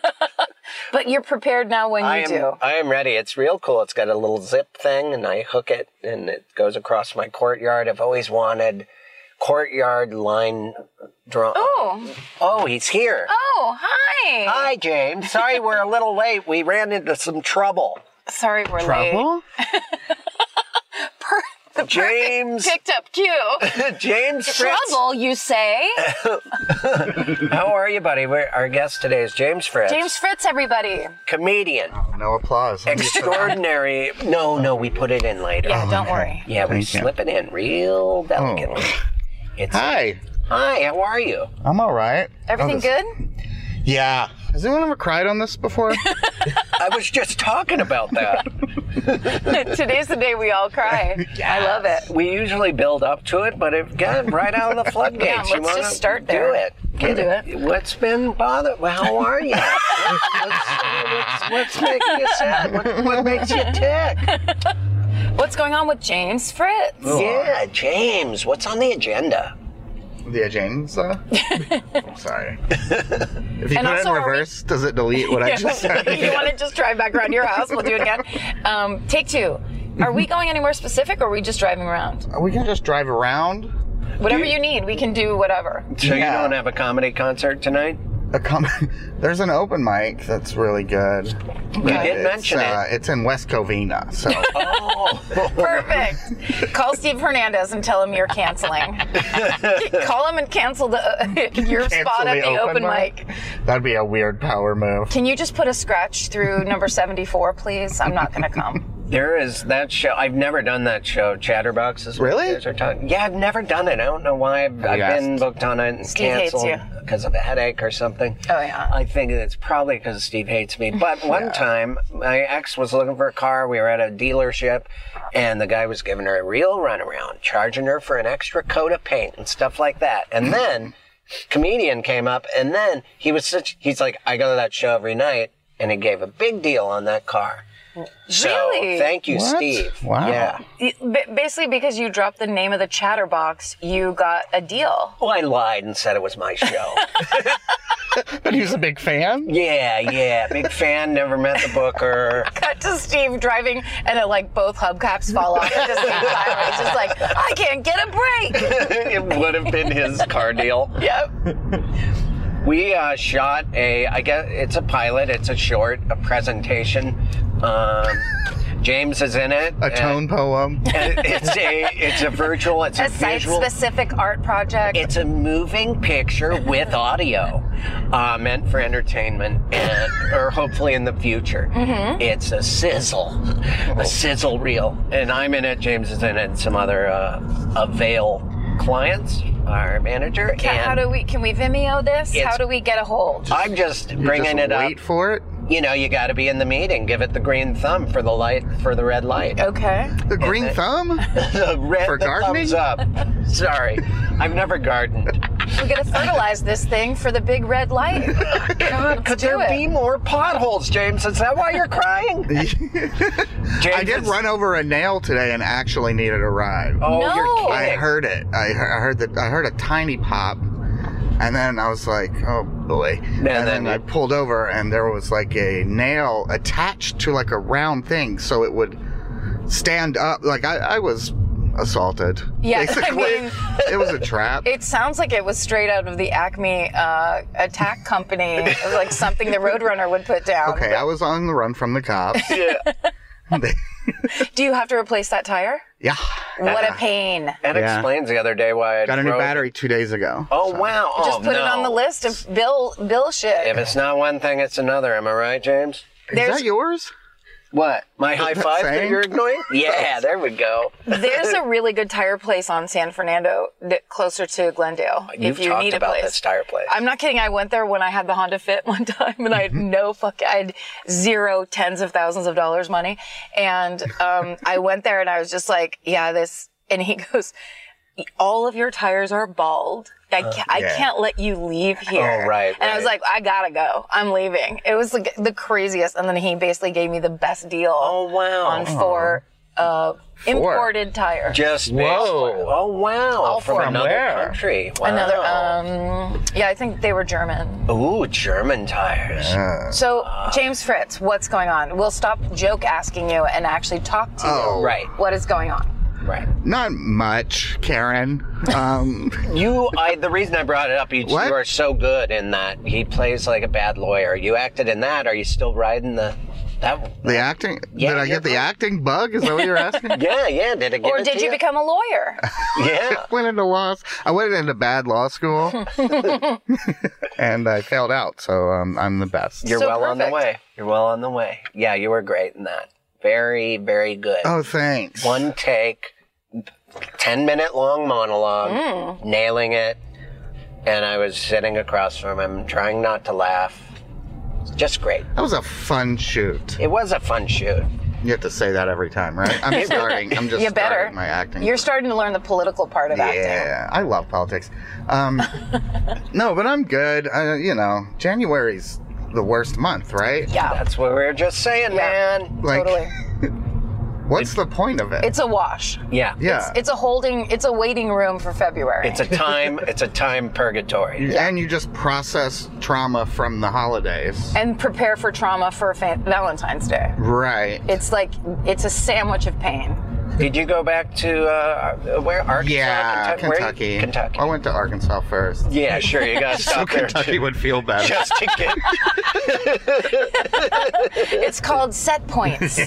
S4: But you're prepared now when you
S3: I am
S4: do.
S3: I am ready. It's real cool. It's got a little zip thing, and I hook it, and it goes across my courtyard. I've always wanted courtyard line drawn.
S4: Oh,
S3: oh, he's here.
S4: oh, hi.
S3: Hi, James. Sorry we're a little late. We ran into some trouble.
S4: Sorry we're late.
S3: James,
S4: Picked up Q.
S3: James Fritz.
S4: Trouble, you say?
S3: How are you, buddy? We're, our guest today is James Fritz,
S4: James Fritz, everybody.
S3: comedian,
S8: No applause. I'm just-
S3: extraordinary. no, no, we put it in later.
S4: Yeah,
S3: Yeah,
S4: don't worry.
S3: we
S8: Thank you.
S3: slip it in real delicately. It's,
S8: Hi.
S3: Hi, how are you?
S8: I'm all right.
S4: Everything
S8: Oh, this-
S4: good?
S8: Yeah. Has anyone ever cried on this before?
S3: I was just talking about that.
S4: Today's the day we all cry. I love it.
S3: we usually build up to it, but it got right out of the floodgates.
S4: Yeah,
S3: you
S4: let's
S3: wanna
S4: just start
S3: Do
S4: there.
S3: it.
S4: We'll do it.
S3: What's been bothering? Well, how are you? what's, what's, what's making you sad? What, what makes you tick?
S4: What's going on with James Fritz?
S3: Yeah, James. What's on the agenda?
S8: yeah, James. Uh, I'm sorry. If you
S4: And
S8: put it
S4: also,
S8: in
S4: are we-
S8: reverse, does it delete what I just
S4: if you
S8: said?
S4: want to just drive back around your house, we'll do it again. Um, take two. Are we going anywhere specific or are we just driving around?
S8: we can just drive around.
S4: Whatever you need, we can do whatever.
S3: So
S8: Yeah.
S3: you don't have a comedy concert tonight?
S8: a com- there's an open mic that's really good. You
S3: did mention it.
S8: It's in West Covina, so
S4: Perfect. Call Steve Hernandez and tell him you're canceling. Call him and cancel the your
S8: Cancel
S4: spot at
S8: the
S4: the open,
S8: open
S4: mic.
S8: that'd be a weird power move.
S4: Can you just put a scratch through number 74, please? I'm not going to come.
S3: There is that show. I've never done that show. Chatterbox is what
S8: Really?
S3: you guys are talking. Yeah, I've never done it. I don't know why. I've, I've
S8: asked?
S3: been booked on it and
S4: Steve hates
S3: canceled
S4: you.
S3: because of a headache or something.
S4: Oh, yeah.
S3: I think it's probably because Steve hates me. But one time, my ex was looking for a car. We were at a dealership, and the guy was giving her a real runaround, charging her for an extra coat of paint and stuff like that. And then, comedian came up, and then he was such. He's like, I go to that show every night, and he gave a big deal on that car. So,
S4: Really?
S3: Thank you,
S8: What?
S3: Steve.
S8: Wow.
S3: Yeah.
S4: You- ba- Basically, because you dropped the name of the chatterbox, you got a deal.
S3: Well, I lied and said it was my show.
S8: But he was a big fan.
S3: yeah, yeah. Big fan, never met the booker.
S4: Cut to Steve driving, and it, like both hubcaps fall off at the same time. It's just like I can't get a break.
S3: it would have been his car deal.
S4: Yep.
S3: We uh, shot a, I guess it's a pilot, it's a short, a presentation. Um, James is in it.
S8: A tone poem.
S3: And it's a, it's a virtual, it's a,
S4: A
S3: visual.
S4: site-specific art project.
S3: It's a moving picture with audio, uh, meant for entertainment, and or hopefully in the future.
S4: Mm-hmm.
S3: It's a sizzle, a sizzle reel, and I'm in it. James is in it. and Some other uh, Avail clients, our manager,
S4: Ca- how
S3: and
S4: do we? Can we Vimeo this?
S3: It's-
S4: How do we get a hold?
S3: I'm just
S8: Just
S3: bringing it up.
S8: wait for it.
S3: You know, you got to be in the meeting. Give it the green thumb for the light, for the red light.
S4: Okay.
S8: The green thumb.
S3: the red
S8: For
S3: the
S8: gardening?
S3: thumbs up. Sorry, I've never gardened.
S4: We gotta fertilize this thing for the big red light. God,
S3: Could
S4: let's do
S3: there be
S4: it.
S3: more potholes, James? Is that why you're crying? James,
S8: I did
S3: it's-
S8: run over a nail today and actually needed a ride.
S3: Oh,
S4: No.
S3: you're
S8: I
S3: kidding.
S8: heard it. I he- I heard that. I heard a tiny pop, and then I was like, "Oh boy!" And,
S3: then
S8: then,
S3: you-
S8: I pulled over, and there was like a nail attached to like a round thing, so it would stand up. Like I, I was assaulted.
S4: Yeah, I
S8: basically.
S4: mean-
S8: it was a trap.
S4: It sounds like it was straight out of the Acme uh, Attack Company, It was like something the Roadrunner would put down.
S8: okay, I was on the run from the cops.
S4: Do you have to replace that tire?
S8: yeah,
S4: What a
S3: Ah.
S4: pain.
S3: That
S8: Yeah.
S3: explains the other day why I
S8: got a new
S3: drove-
S8: battery two days ago.
S3: Oh wow! Oh,
S4: Just put it
S3: no.
S4: on the list of bill bill shit.
S3: If it's not one thing, it's another. Am I right, James?
S8: Is
S4: There's
S8: that yours?
S3: What? My high
S8: that
S3: five that
S8: saying?
S3: you're ignoring? Yeah, there we go.
S4: there's a really good tire place on San Fernando that- closer to Glendale.
S3: You've
S4: if you
S3: talked
S4: need
S3: about
S4: a place.
S3: this tire place.
S4: I'm not kidding. I went there when I had the Honda Fit one time, and I had
S3: Mm-hmm.
S4: no fuck. I had zero tens of thousands of dollars money, and um, I went there and I was just like, "Yeah, this." And he goes, "All of your tires are bald. I can't, I
S8: yeah.
S4: can't let you leave here."
S3: Uh, Oh, right,
S4: And I was
S3: right.
S4: like, "I gotta go. I'm leaving." It was like the craziest. And then he basically gave me the best deal
S3: Oh wow!
S4: on four, uh, imported tires.
S3: Just
S9: Whoa.
S3: Oh wow! from,
S9: from
S3: another
S9: where?
S3: country. Wow.
S4: Another, uh, um, yeah, I think they were German.
S3: Ooh, German tires.
S4: So, James Fritz, what's going on? We'll stop joke asking you and actually talk to
S8: Oh,
S3: Right,
S4: you. What is going on?
S3: right.
S8: Not much, Karen. Um,
S3: You, I. The reason I brought it up, you, you
S8: What?
S3: are so good in that. He plays like a bad lawyer. You acted in that. Are you still riding the? That.
S8: the acting.
S3: Yeah,
S8: did I
S3: you're
S8: get the
S3: right.
S8: acting bug? Is that what you're asking?
S3: Yeah, yeah. Did it give
S4: Or
S3: it
S4: did
S3: to
S4: you
S3: you?
S4: become a lawyer?
S3: Yeah.
S8: went into law. I went into bad law school, and I failed out. So um, I'm the best.
S3: You're
S4: So
S3: well on the
S4: perfect.
S3: way. You're well on the way. Yeah, you were great in that. Very, very good.
S8: oh, thanks.
S3: One take, 10 minute long monologue,
S4: Mm.
S3: nailing it. And I was sitting across from him, trying not to laugh. Just great.
S8: That was a fun shoot.
S3: It was a fun shoot.
S8: You have to say that every time, right? I'm starting. I'm just
S4: you better.
S8: starting my acting.
S4: You're starting to learn the political part of acting.
S8: yeah, I love politics. Um, no, but I'm good. I, you know, January's the worst month, right?
S4: Yeah,
S3: That's what we were just saying,
S4: Yeah.
S3: man.
S8: Like,
S4: totally.
S8: what's the point of it?
S4: It's a wash.
S3: Yeah.
S8: yeah,
S4: It's a holding. It's a waiting room for February.
S3: It's a time, it's a time purgatory.
S8: and you just process trauma from the holidays,
S4: and prepare for trauma for fa- Valentine's Day.
S8: right?
S4: It's like it's a sandwich of pain.
S3: Did you go back to uh, where Arkansas?
S8: yeah,
S3: Kentucky. Where-
S8: Kentucky.
S3: Kentucky.
S8: I went to Arkansas first.
S3: Yeah, sure. You got to
S8: So
S3: stop there
S8: Kentucky
S3: too.
S8: would feel better.
S3: just to get.
S4: It's called set points.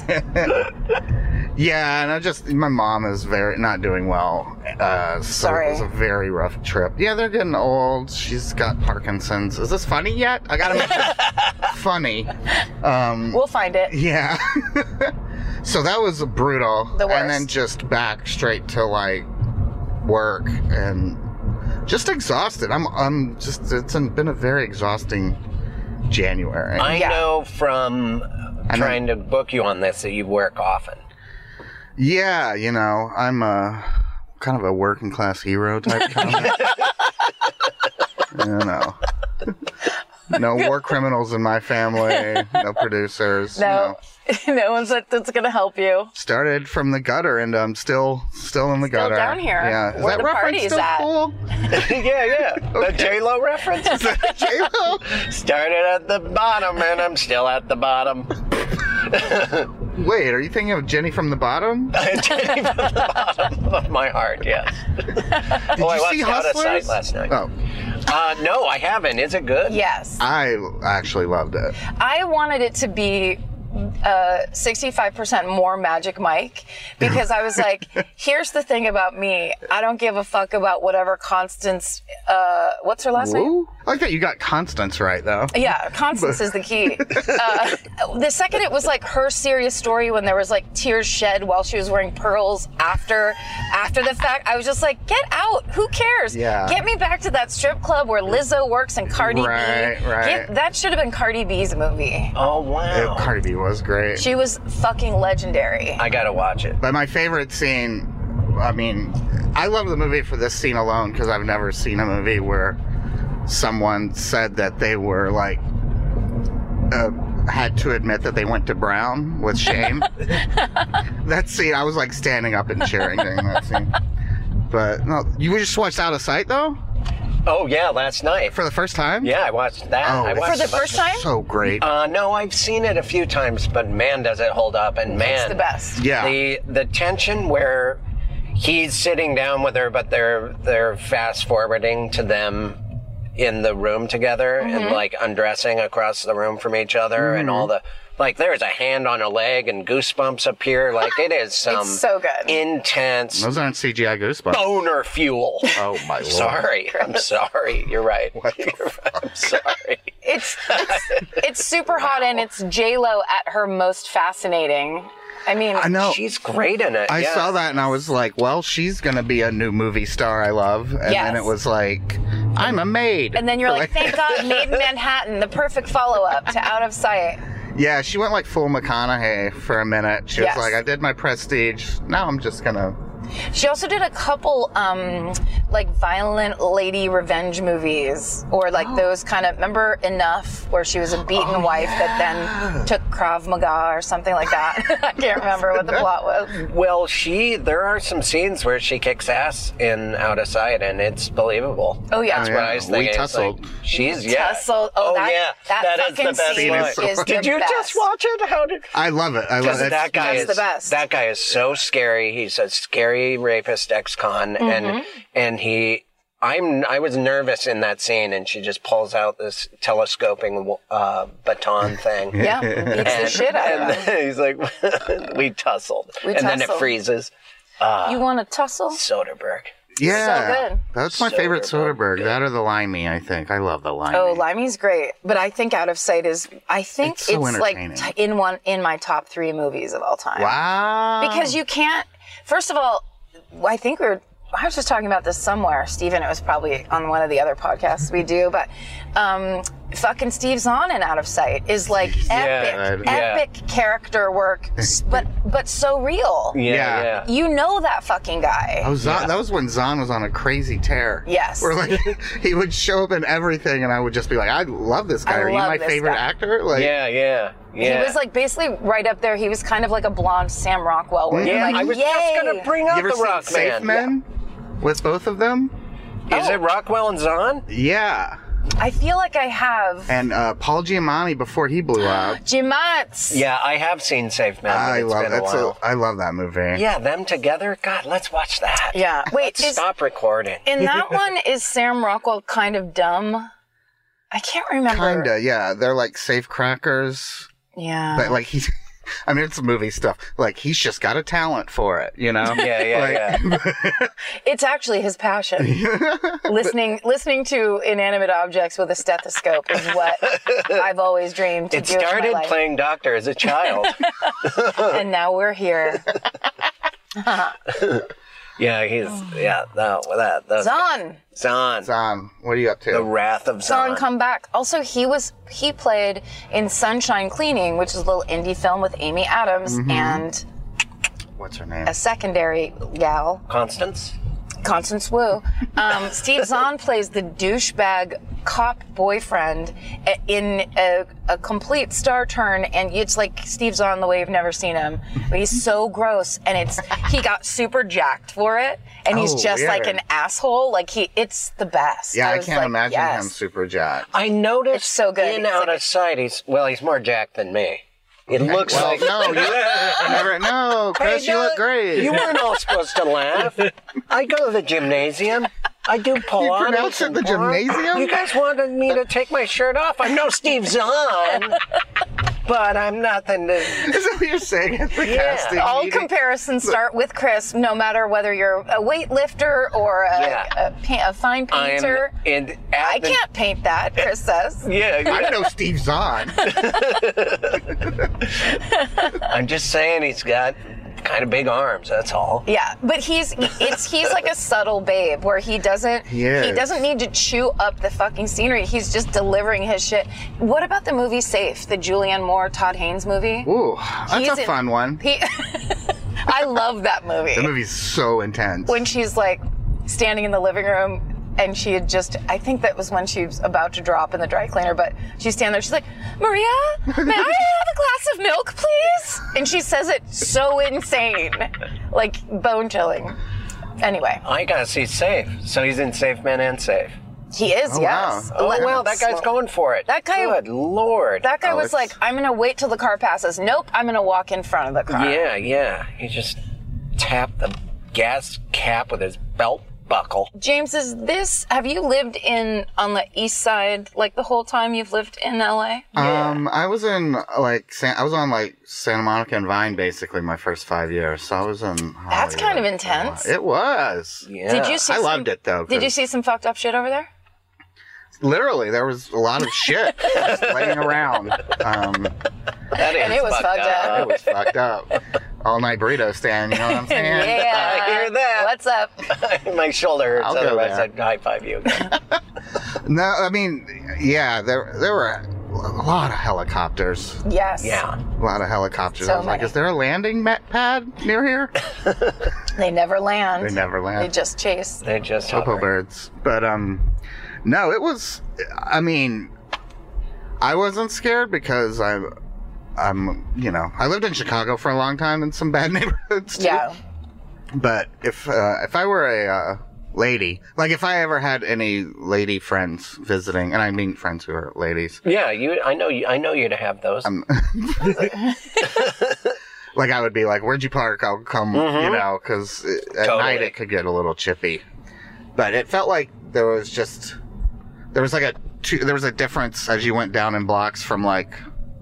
S8: Yeah, and I just my mom is very not doing well. Uh, so
S4: Sorry.
S8: it was a very rough trip. Yeah, they're getting old. She's got Parkinson's. Is this funny yet? I gotta make this funny. Um,
S4: we'll find it.
S8: yeah. so that was brutal.
S4: The
S8: And then
S4: worst.
S8: just back straight to like work and just exhausted. I'm I'm just it's been a very exhausting January.
S3: I
S4: Yeah.
S3: know from
S8: then-
S3: trying to book you on this that you work often.
S8: Yeah, you know, I'm a kind of a working class hero type comic. you know. No war criminals in my family, no producers. You
S4: No,
S8: know.
S4: no one's that, that's gonna help you.
S8: Started from the gutter and I'm still still in the
S4: Still
S8: gutter.
S4: down here,
S8: Yeah. Is
S4: where
S8: that
S4: the party's
S8: reference still
S4: at.
S8: cool?
S3: yeah, yeah. The J Lo reference
S8: J-Lo?
S3: started at the bottom, and I'm still at the bottom.
S8: Wait, are you thinking of Jenny from the bottom?
S3: Jenny from the bottom of my heart, yes.
S8: Did
S3: oh, I
S8: you
S3: watched
S8: see
S3: Out of Sight
S8: Hustlers?
S3: last night.
S8: Oh,
S3: Uh, no, I haven't. Is it good?
S4: Yes,
S8: I actually loved it.
S4: I wanted it to be. Uh, 65% more Magic Mike because I was like, here's the thing about me. I don't give a fuck about whatever Constance, uh, what's her last name?
S8: Ooh. I like that you got Constance right though.
S4: Yeah, Constance is the key. Uh, the second it was like her serious story when there was like tears shed while she was wearing pearls after after the fact, I was just like, get out. Who cares?
S8: Yeah.
S4: Get me back to that strip club where Lizzo works and Cardi
S8: Right,
S4: B.
S8: right.
S4: Get- that should have been Cardi B's movie.
S3: Oh, wow.
S8: Cardi B was great.
S4: She was fucking legendary.
S3: I got to watch it.
S8: But my favorite scene, I mean, I love the movie for this scene alone because I've never seen a movie where someone said that they were like, uh, had to admit that they went to Brown with shame. that scene, I was like standing up and cheering during that scene. But no, you just watched Out of Sight though
S3: Oh, yeah, last night.
S8: for the first time.
S3: Yeah, I watched that.
S8: Oh,
S3: I
S8: it's-
S3: watched
S4: For the
S3: a bunch
S4: first time?
S8: So great.
S3: Uh, no, I've seen it a few times, but man, does it hold up! And man,
S4: It's the best.
S8: yeah.
S3: The the tension where he's sitting down with her, but they're they're fast forwarding to them in the room together
S4: Mm-hmm.
S3: and like undressing across the room from each other, and all
S8: Mm-hmm.
S3: the like. There's a hand on her leg, and goosebumps appear. Like it is some
S8: um,
S4: It's so good.
S3: intense
S8: Those aren't CGI goosebumps.
S3: boner fuel.
S8: Oh my lord.
S3: Sorry, I'm sorry. You're right. You're right. I'm sorry.
S4: It's it's, it's super hot and it's J Lo at her most fascinating. I mean,
S8: I know.
S3: She's great in it.
S8: I
S3: yeah.
S8: saw that and I was like, well, she's going to be a new movie star I love. And then
S4: Yes.
S8: it was like, I'm a maid.
S4: And then you're like, thank God, Made in Manhattan, the perfect follow up to Out of Sight.
S8: yeah, she went like full McConaughey for a minute. She
S4: Yes.
S8: was like, I did my prestige. Now I'm just going to.
S4: She also did a couple, um, like violent lady revenge movies, or
S8: Oh.
S4: like those kind of. Remember Enough, where she was a beaten wife that then took Krav Maga or something like that. I can't remember what the plot was.
S3: Well, she there are some scenes where she kicks ass in Out of Sight, and it's believable.
S4: Oh yeah,
S8: Oh,
S3: That's what
S8: yeah.
S3: I was
S8: We
S3: thinking. It's
S8: tussled.
S3: like, she's yeah.
S4: Tussle. Oh, that-
S3: yeah,
S4: that
S3: is the
S4: fucking
S3: best
S4: scene
S3: line.
S4: is the
S3: Did you just
S4: best.
S3: watch it? How did?
S8: I love it. I love
S3: Because
S8: it.
S3: that guy
S4: That's
S3: is
S4: the best.
S3: That guy is so scary. He's a scary rapist ex-con,
S4: Mm-hmm.
S3: and and he. I'm. I was nervous in that scene, and she just pulls out this telescoping uh, baton thing.
S4: Yeah, beats the shit out of
S3: And
S4: her.
S3: then he's like, "We tussled,"
S4: We
S3: and then it
S4: tussled.
S3: freezes.
S4: You want to tussle?
S3: Soderbergh.
S8: yeah.
S4: so good.
S8: That's my favorite
S3: Soderbergh.
S8: Soderbergh. That or the limey, I think. I love the limey.
S4: Oh, Limey's great, but I think Out of Sight is. I think
S8: It's
S4: it's,
S8: so
S4: like
S8: entertaining.
S4: t- in one in my top three movies of all time.
S8: Wow.
S4: because you can't first of all i think we were i was just talking about this somewhere steven it was probably on one of the other podcasts we do but um fucking steve's on and out of sight is like epic
S8: Yeah.
S4: epic character work s- but but so real
S3: Yeah,
S8: Yeah.
S3: yeah.
S4: you know that fucking guy
S8: Oh, Zahn, That was when Zahn was on a crazy tear.
S4: Yes.
S8: Where like he would show up in everything, and I would just be like, I love this guy.
S4: I
S8: Are you
S4: love
S8: my
S4: this
S8: favorite
S4: guy."
S8: actor? Like,
S3: Yeah, yeah, yeah.
S4: He was like basically right up there. He was kind of like a blonde Sam Rockwell. Where you're
S3: yeah,
S4: like,
S3: I was
S4: Yay.
S3: just gonna bring up
S8: You ever
S3: the
S8: seen
S3: Rock
S8: Safe
S3: Man.
S8: Men? With both of them?
S4: Oh.
S3: Is it Rockwell and Zahn?
S8: Yeah.
S4: I feel like I have.
S8: And uh, Paul Giamatti before he blew up.
S4: Jimats.
S3: Yeah, I have seen Save Men. but
S8: I
S3: It's
S8: love
S3: been a
S8: that's a,
S3: while.
S8: I love that movie.
S3: yeah, them together. God, let's watch that.
S4: Yeah. Wait, is,
S3: Stop recording.
S4: in that one, is Sam Rockwell kind of dumb? I can't remember.
S8: Kinda, yeah. They're like safe crackers,
S4: Yeah.
S3: Uh-huh.
S8: but like he's. I mean, it's movie stuff. Like he's just got a talent for it, you know.
S3: Yeah, yeah,
S8: Like-
S3: yeah.
S4: It's actually his passion. listening listening to inanimate objects with a stethoscope is what I've always dreamed to
S3: It
S4: do. with my
S3: started
S4: life.
S3: playing doctor as a child.
S4: and now we're here.
S3: yeah, he's yeah. No, that that
S4: Zahn,
S3: Zahn.
S8: Zahn, um, what are you up to?
S3: The Wrath of
S4: Zahn,
S3: Zahn.
S4: come back. Also, he was he played in Sunshine Cleaning, which is a little indie film with Amy Adams
S8: Mm-hmm.
S4: and
S8: What's her name?
S4: a secondary gal,
S3: Constance.
S4: Constance Wu. Um, Steve Zahn plays the douchebag cop boyfriend i- in a, a complete star turn, and it's like Steve Zahn the way you've never seen him. But he's so gross, and it's he got super jacked for it, and he's
S8: Oh,
S4: just like
S8: weird.
S4: an asshole. Like he, it's the best.
S8: Yeah, I,
S4: was
S8: can't
S4: like,
S8: imagine
S4: yes.
S8: him super jacked.
S3: I noticed
S4: It's so good.
S3: in
S4: It's
S3: Out
S4: like
S3: of Sight. He's well, he's more jacked than me. It looks
S8: well,
S3: like
S8: no, you never. No, Chris, you look great.
S3: You weren't all supposed to laugh. I go to the gymnasium. I do Pilates.
S8: pronounce it
S3: and
S8: the
S3: bar.
S8: gymnasium?
S3: You guys wanted me to take my shirt off. I'm no Steve Zahn, but I'm nothing to.
S8: Is that what you're saying at the casting
S4: All
S8: meeting?
S4: comparisons start with Chris, no matter whether you're a weightlifter or a,
S3: Yeah.
S4: a, pa- a fine
S3: I'm
S4: painter.
S3: in. at
S4: I
S3: the-
S4: can't paint that, Chris says.
S3: Yeah, yeah.
S8: I know Steve Zahn.
S3: I'm just saying he's got kind of big arms. That's all.
S4: Yeah, but he's it's he's like a subtle babe where he doesn't
S8: He is.
S4: he doesn't need to chew up the fucking scenery. He's just delivering his shit. What about the movie Safe, the Julianne Moore Todd Haynes movie?
S8: Ooh,
S4: He's
S8: that's a
S4: in-
S8: fun one.
S4: He, I love that
S8: The
S4: movie.
S8: movie's so intense.
S4: When she's like standing in the living room and she had just I think that was when she was about to drop in the dry cleaner, but she's standing there, she's like, Maria, may I have a glass of milk, please? And she says it so insane. Like bone chilling. Anyway.
S3: I gotta see safe. So he's in Safe Man and Safe.
S4: He is,
S8: wow.
S4: yes.
S3: Oh
S4: Let-
S3: well, that guy's going for it.
S4: That guy-
S3: Good lord.
S4: That guy
S8: Oh,
S4: was
S8: it's-
S4: like, I'm gonna wait till the car passes. Nope, I'm gonna walk in front of the car.
S3: Yeah, yeah. He just tapped the gas cap with his belt buckle.
S4: James, is this? Have you lived in on the east side like the whole time you've lived in LA?
S8: Um, I was in like San- I was on like Santa Monica and Vine basically my first five years. So I was in.
S4: That's
S8: Hollywood
S4: kind of
S8: for a
S4: intense.
S8: while. It was.
S3: Yeah.
S4: Did you see?
S8: I
S4: some-
S8: loved it though.
S4: Did you
S8: 'cause
S4: see some fucked up shit over there?
S8: Literally, there was a lot of shit just laying around. Um,
S3: That is
S4: And it was fucked up.
S8: it was fucked up. All night burrito stand. You know what I'm saying?
S4: Yeah.
S3: uh, I hear that.
S4: What's up?
S3: My shoulder hurts.
S8: I'll go
S3: Otherwise,
S8: there.
S3: I'd high five you. Again.
S8: No, I mean, yeah, there there were a lot of helicopters.
S4: Yes.
S3: yeah.
S8: A lot of helicopters.
S4: So
S8: I was like,
S4: many.
S8: is there a landing ma- pad near here?
S4: They never land.
S8: they never land.
S4: They just chase.
S3: They just
S8: Topo
S3: hover.
S8: birds. But um no, it was I mean I wasn't scared because I I'm you know, I lived in Chicago for a long time in some bad neighborhoods. too.
S4: Yeah.
S8: But if uh, if I were a uh, lady, like if I ever had any lady friends visiting and I mean friends who are ladies,
S3: Yeah, you. I know. You, I know you to have those.
S8: like I would be like, "Where'd you park?" I'll come, you know, because at
S3: Totally.
S8: night it could get a little chippy. But it felt like there was just there was like a two, there was a difference as you went down in blocks from like,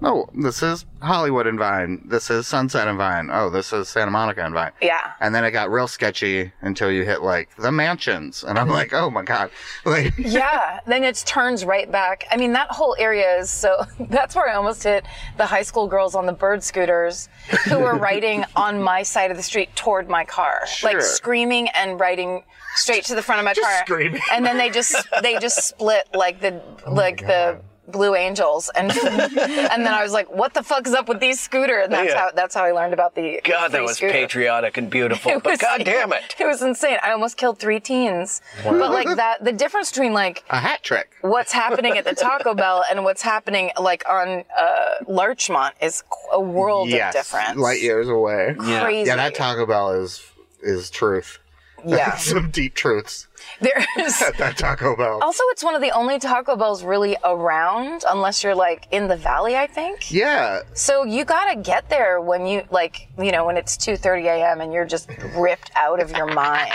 S8: oh, this is Hollywood and Vine, this is Sunset and Vine, oh, this is Santa Monica and Vine.
S4: Yeah.
S8: And then it got real sketchy until you hit like the mansions, and I'm like, oh my god, like
S4: yeah then it turns right back i mean that whole area is so that's where i almost hit the high school girls on the bird scooters who were riding on my side of the street toward my car
S8: Sure.
S4: like screaming and riding straight to the front of my
S8: Just
S4: car
S8: screaming.
S4: and then they just they just split like the
S3: Oh
S4: like the blue angels and and then i was like what the fuck is up with these scooter and that's
S3: Yeah.
S4: how that's how i learned about the
S3: God, that
S4: free
S3: was
S4: scooter.
S3: patriotic and beautiful.
S4: It
S3: but
S4: was-
S3: God damn it.
S4: it was insane i almost killed three teens but like that the difference between like
S8: a hat trick.
S4: what's happening at the Taco Bell and what's happening like on uh, Larchmont is qu- a world
S8: yes,
S4: of difference.
S8: light years away.
S4: Crazy.
S8: Yeah, that Taco Bell is is truth.
S4: yeah.
S8: Some deep truths
S4: There's
S8: at that Taco Bell.
S4: also it's one of the only Taco Bells really around, unless you're like in the valley, I think.
S8: yeah,
S4: So you gotta get there when you like, you know, when it's two thirty a.m. and you're just ripped out of your mind.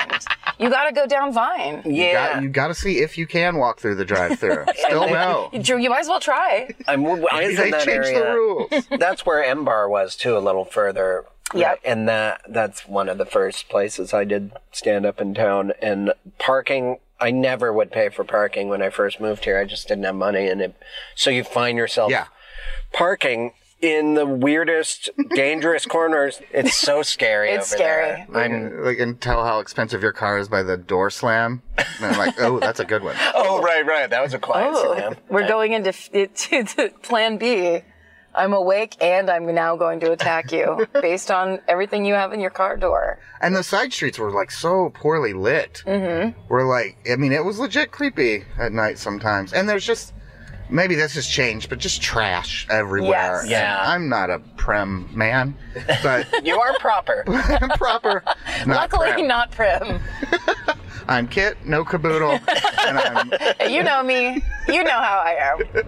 S4: You gotta go down Vine.
S3: Yeah.
S8: Got, you got to see if you can walk through the drive-through. Still no.
S4: Drew, you might as well try.
S3: I'm, I was
S8: They
S3: in that
S8: changed
S3: area.
S8: the rules.
S3: that's where M Bar was too, a little further.
S4: Yep.
S3: And that that's one of the first places I did stand up in town. And parking, I never would pay for parking when I first moved here. I just didn't have money, and it, so you find yourself
S8: Yeah.
S3: parking in the weirdest, dangerous corners. It's so scary.
S4: It's
S3: over
S4: scary.
S3: There. I'm.
S8: They can tell how expensive your car is by the door slam. And I'm like, oh, that's a good one.
S3: Oh right, right. That was a quiet
S4: Oh,
S3: slam.
S4: we're going into f- to, to Plan B. I'm awake and I'm now going to attack you based on everything you have in your car door.
S8: And the side streets were like so poorly lit. Mm-hmm. We're like, I mean, it was legit creepy at night sometimes. And there's just, maybe this has changed, but just trash everywhere.
S4: Yes.
S3: Yeah.
S8: And I'm not a prem man, but
S3: You are proper.
S8: I'm proper. not
S4: Luckily,
S8: prem.
S4: not prim.
S8: I'm Kit, no caboodle. and I'm,
S4: you know me. You know how I am.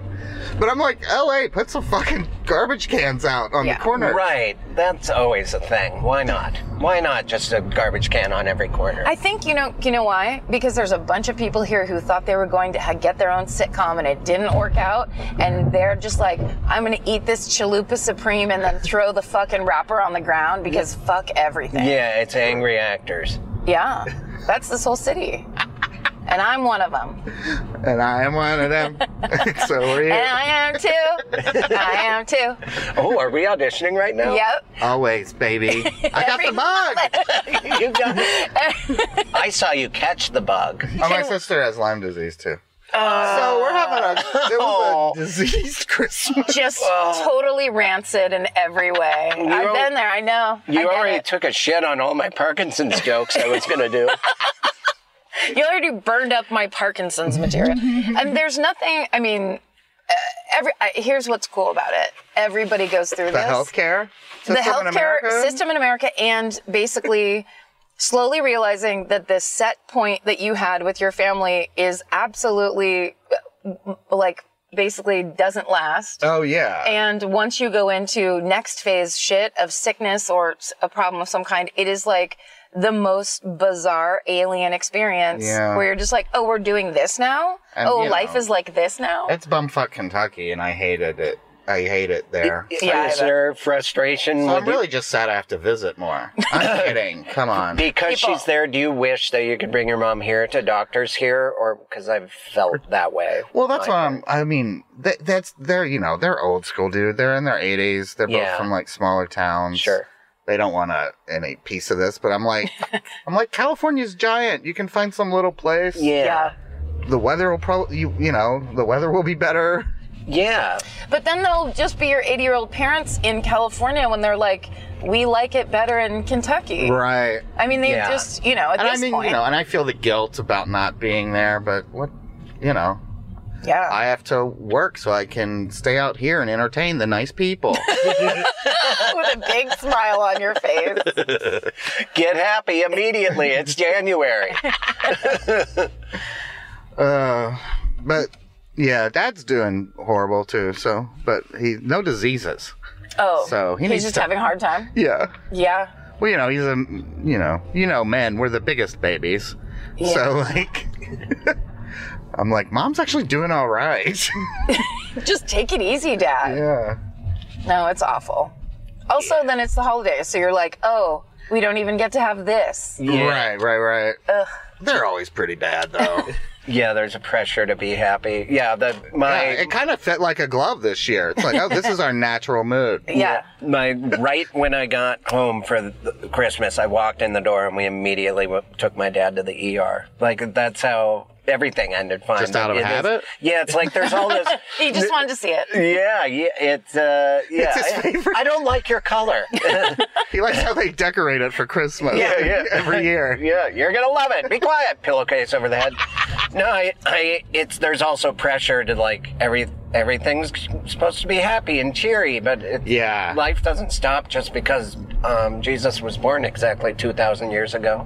S8: but I'm like, LA, put some fucking garbage cans out on
S4: Yeah.
S8: the corner.
S3: Right. That's always a thing. Why not? Why not just a garbage can on every corner?
S4: I think you know. You know why? Because there's a bunch of people here who thought they were going to ha- get their own sitcom and it didn't work out, and they're just like, "I'm going to eat this chalupa supreme and then throw the fucking wrapper on the ground because fuck everything."
S3: yeah, it's angry actors.
S4: Yeah, that's this whole city. And I'm one of them.
S8: And I am one of them. so are you.
S4: And I am too. I am too.
S3: Oh, are we auditioning right now?
S4: Yep.
S8: Always, baby. I got the bug.
S3: you got I saw you catch the bug.
S8: Oh, my sister has Lyme disease too. so we're having a it was a diseased Christmas.
S4: Just totally rancid in every way. I've
S3: al-
S4: been there. I know. I
S3: You
S4: get
S3: already
S4: it.
S3: took a shit on all my Parkinson's jokes I was going to do.
S4: You already burned up my Parkinson's material. and there's nothing. I mean, uh, every. I, here's what's cool about it. Everybody goes through
S8: The
S4: this.
S8: healthcare system
S4: the
S8: in
S4: healthcare
S8: America.
S4: system in America and basically slowly realizing that the set point that you had with your family is absolutely uh, like basically doesn't last.
S8: Oh yeah.
S4: And once you go into next phase shit of sickness or s- a problem of some kind, it is like the most bizarre alien experience
S8: Yeah.
S4: where you're just like, oh, we're doing this now?
S8: And,
S4: oh,
S8: you
S4: life
S8: know,
S4: is like this now?
S8: it's bumfuck Kentucky, and I hated it. I hate it there.
S4: Yeah,
S3: Is
S4: I-
S3: there frustration
S8: So
S3: with
S8: I'm
S3: you-
S8: really just sad I have to visit more. I'm kidding. Come on.
S3: Because
S4: People.
S3: she's there, do you wish that you could bring your mom here to doctors here, or because I've felt that way?
S8: Well, that's
S3: Like,
S8: what I'm. I mean, that, that's they're you know they're old school, dude. They're in their 80s. They're both
S3: Yeah.
S8: from like smaller towns.
S3: Sure.
S8: they don't want a, any piece of this. But I'm like, I'm like, California's giant. You can find some little place.
S3: Yeah.
S4: yeah.
S8: The weather will probably, you, you know, the weather will be better.
S3: Yeah.
S4: But then they'll just be your 80 year old parents in California when they're like, we like it better in Kentucky.
S8: Right.
S4: I mean, they
S3: Yeah.
S4: just, you know, at
S8: And I
S4: this
S8: mean,
S4: point.
S8: you know, and I feel the guilt about not being there, but what, you know,
S4: yeah.
S8: I have to work so I can stay out here and entertain the nice people.
S4: With a big smile on your face.
S3: Get happy immediately. It's January.
S8: uh, but yeah, dad's doing horrible too. So, but he, no diseases.
S4: Oh.
S8: So he
S4: he's
S8: needs
S4: just
S8: to-
S4: having a hard time.
S8: Yeah.
S4: Yeah.
S8: Well, you know, he's a, you know, you know, men, we're the biggest babies. So, like, I'm like, mom's actually doing all right.
S4: Just take it easy, Dad.
S8: yeah.
S4: No, it's awful. Also, then it's the holidays, so you're like, oh, we don't even get to have this.
S8: Right, right, right. They're always pretty bad, though.
S3: Yeah, there's a pressure to be happy. Yeah, the
S8: Yeah,
S3: my
S8: it kind of fit like a glove this year. It's like, oh, this is our natural mood.
S4: Yeah.
S3: my right when I got home for the, Christmas, I walked in the door and we immediately w- took my dad to the ER. Like that's how everything ended fine.
S8: Just out of
S3: It is-
S8: habit?
S3: yeah, it's like there's all this.
S4: He just wanted to see it.
S3: Yeah, yeah, it's uh, yeah.
S8: It's his
S3: I-
S8: favorite.
S3: I, don't like your color.
S8: He likes how they decorate it for Christmas
S3: Yeah, yeah.
S8: every year.
S3: yeah, you're gonna love it. Be quiet. Pillowcase over the head. No, I, I, it's there's also pressure to like every everything's supposed to be happy and cheery, but it,
S8: Yeah.
S3: life doesn't stop just because um, Jesus was born exactly 2,000 years ago.